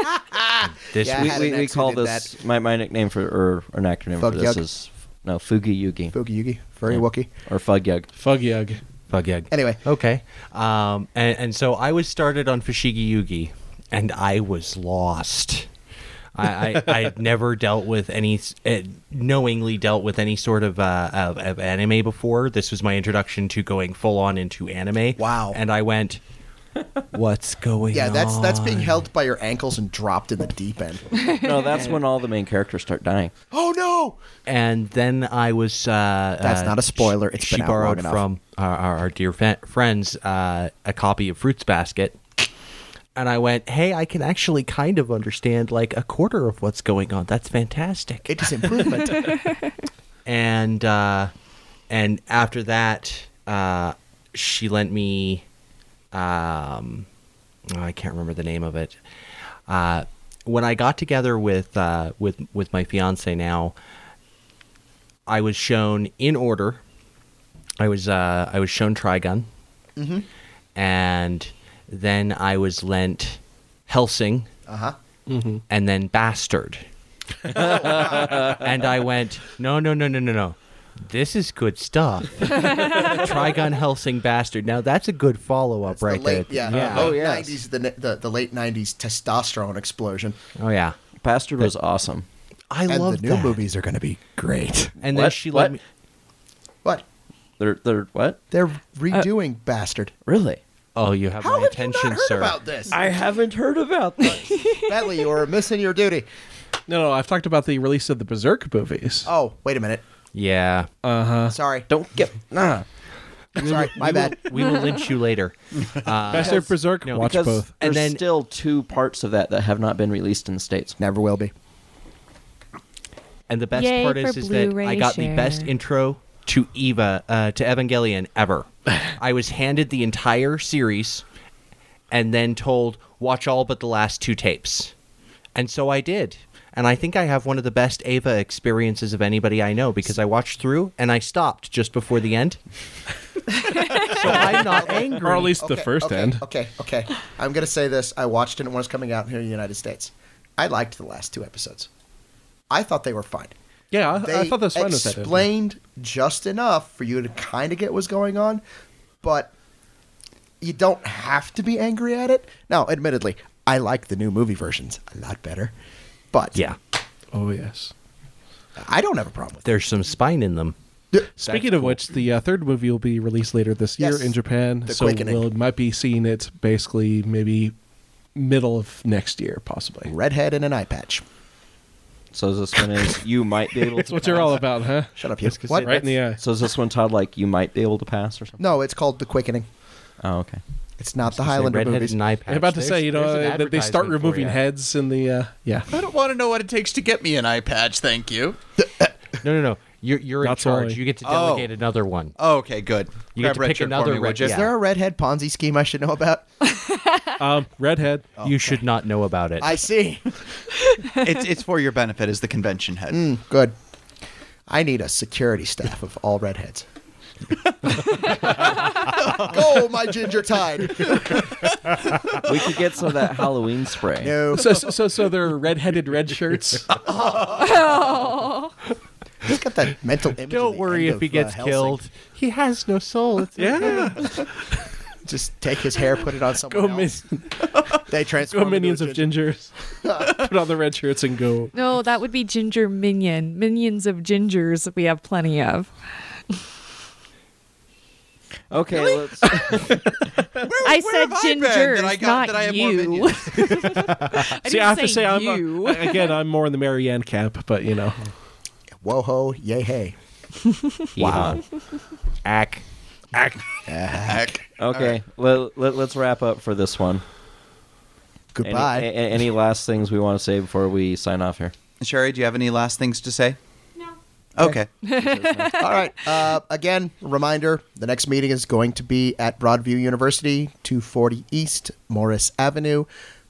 this
Yeah, I
we
had
we,
an
we
ex who
call
did
this my my nickname for or, or an acronym for
Fugyug.
this is no Fugi Yugi
Boogie Yugi, very
Yeah.
Wookie.
or Fug Yug.
Fug Yug.
Bug Yug.
Anyway.
Okay. Um, and, and so I was started on Fushigi Yugi, and I was lost. I, I, I had never dealt with any, uh, knowingly dealt with any sort of, uh, of of anime before. This was my introduction to going full on into anime.
Wow.
And I went, what's going
Yeah,
on?
that's that's being held by your ankles and dropped in the deep end.
No, that's when all the main characters start dying.
oh no!
And then I was. Uh,
That's
uh,
not a spoiler. It's
she
been out long
borrowed
enough.
from our, our, our dear fa- friends uh, a copy of Fruits Basket, and I went, "Hey, I can actually kind of understand like a quarter of what's going on. That's fantastic."
It is improvement.
and uh, and after that, uh, she lent me um, oh, I can't remember the name of it. Uh, when I got together with uh, with with my fiance now, I was shown in order. I was uh, I was shown Trigun, and then I was lent Helsing,
Uh huh.
and then Bastard. and I went, no, no, no, no, no, no. This is good stuff. Trigun Helsing Bastard. Now that's a good follow up right
the late,
there.
Yeah.
Yeah.
the
Oh,
late
yes.
90s, the, the, the late 90s testosterone explosion.
Oh yeah.
Bastard was awesome.
I
and
love
the new
that.
movies are going to be great.
And then
What?
she
What?
let me. Uh,
What?
They're they're what?
They're redoing Bastard.
Really?
Oh, you have
How
my
have you
attention,
not heard
sir.
about this?
I haven't heard about that.
Bentley, you are missing your duty.
No, no, I've talked about the release of the Berserk movies. Uh-huh.
Oh, wait a minute.
Yeah,
Sorry.
Don't get nah.
Sorry. My bad.
we will lynch you later. Uh,
Bastard Berserk,
no,
watch
Because
both.
And
there's
then-
still two parts of that that have not been released in the states.
Never will be.
And the best
Yay
part
for
is, is that I
Blu-ray
got the best
share.
intro to Eva uh, to Evangelion ever. I was handed the entire series, and then told watch all but the last two tapes, and so I did. And I think I have one of the best Ava experiences of anybody I know because I watched through and I stopped just before the end. so I'm not angry.
Or at least the first
okay,
end.
Okay, okay. I'm going to say this. I watched it when it was coming out here in the United States. I liked the last two episodes. I thought they were fine.
Yeah, I,
They
I thought that's fine with that.
explained just enough for you to kind of get what's going on, but you don't have to be angry at it. Now, admittedly, I like the new movie versions a lot better, but
Yeah,
Oh yes.
I don't have a problem with it.
there's some spine in them.
Speaking of which, the uh, third movie will be released later this year
Yes,
in Japan,
The
so
Quickening.
we'll might be seeing it basically maybe middle of next year, possibly.
Redhead and an eye patch.
So this one is you might be able
That's
to.
what you're all about, huh?
Shut up, you.
Yes, 'cause
What?
Right in the eye.
So is this one Todd like you might be able to pass or something?
No, it's called The Quickening.
Oh, okay.
It's not the Highlander
Redheaded
movies.
and eye
I'm about to
patch.
say, you
There's- there's
know,
an
that they
advertisement
start
for
removing
ya.
heads in the uh, yeah.
I don't want to know what it takes to get me an eye patch, thank you.
No, no, no. You're, you're in
Not
charge.
sorry.
You get to
Oh.
delegate another one.
Oh, okay, good.
You get to
red
pick
shirt for
another
me,
red-
would you?
Is
yeah.
there a redhead Ponzi scheme I should know about?
Um, redhead.
you should not know about it.
I see.
it's, it's for your benefit as the convention head.
Hmm, good. I need a security staff of all redheads.
Oh,
Go, my ginger tide.
We could get some of that Halloween spray.
No.
So, so, so, so they're redheaded red shirts.
Oh.
He's got that mental image. of
Don't
the
worry
end
if he
of, uh,
gets
Hellsing.
killed. He has no soul. It's
yeah.
Just take his hair, put it on someone
Go,
else.
min-
They transform
go
into a
minions of
ginger.
gingers. Put on the red shirts and go.
No, that would be Ginger Minion. Minions of Gingers we have plenty of.
Okay, let's
I
Where
said
have I been
Gingers,
that I got-
not
that I have more
you.
minions?
I
See,
didn't
I have to say, I'm
you.
uh, again, I'm more in the Marianne camp, but you know,
Whoa ho, yay hey.
wow. Ack.
Heck.
okay. Let, let, let's wrap up for this one. Any,
Goodbye.
a- a- any last things we want to say before we sign off here?
Sherry, do you have any last things to say? No. Okay.
All right. Uh, again, reminder: the next meeting is going to be at Broadview University, 240 East Morris Avenue.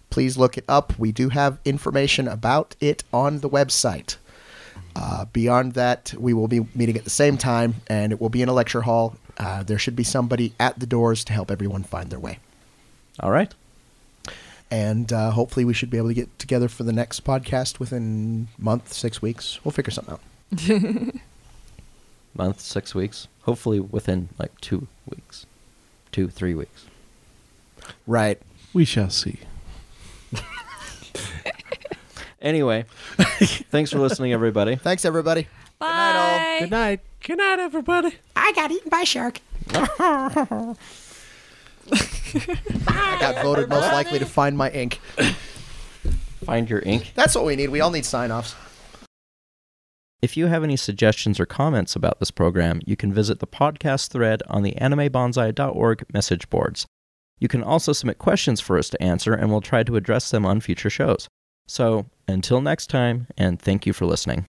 Please look it up. We do have information about it on the website. Uh, beyond that, we will be meeting at the same time, and it will be in a lecture hall. Uh, there should be somebody at the doors to help everyone find their way.
All right.
And uh, hopefully, we should be able to get together for the next podcast within month, six weeks. We'll figure something out.
Month, six weeks. Hopefully within like two weeks, two, three weeks.
Right.
we shall see.
Anyway, thanks for listening, everybody.
Thanks, everybody.
Bye.
Good night.
Good night, everybody.
I got voted most likely to find my ink.
Find your ink.
That's what we need. We all need sign offs.
If you have any suggestions or comments about this program, you can visit the podcast thread on the animebonsai.org message boards. You can also submit questions for us to answer, and we'll try to address them on future shows. So, until next time, and thank you for listening.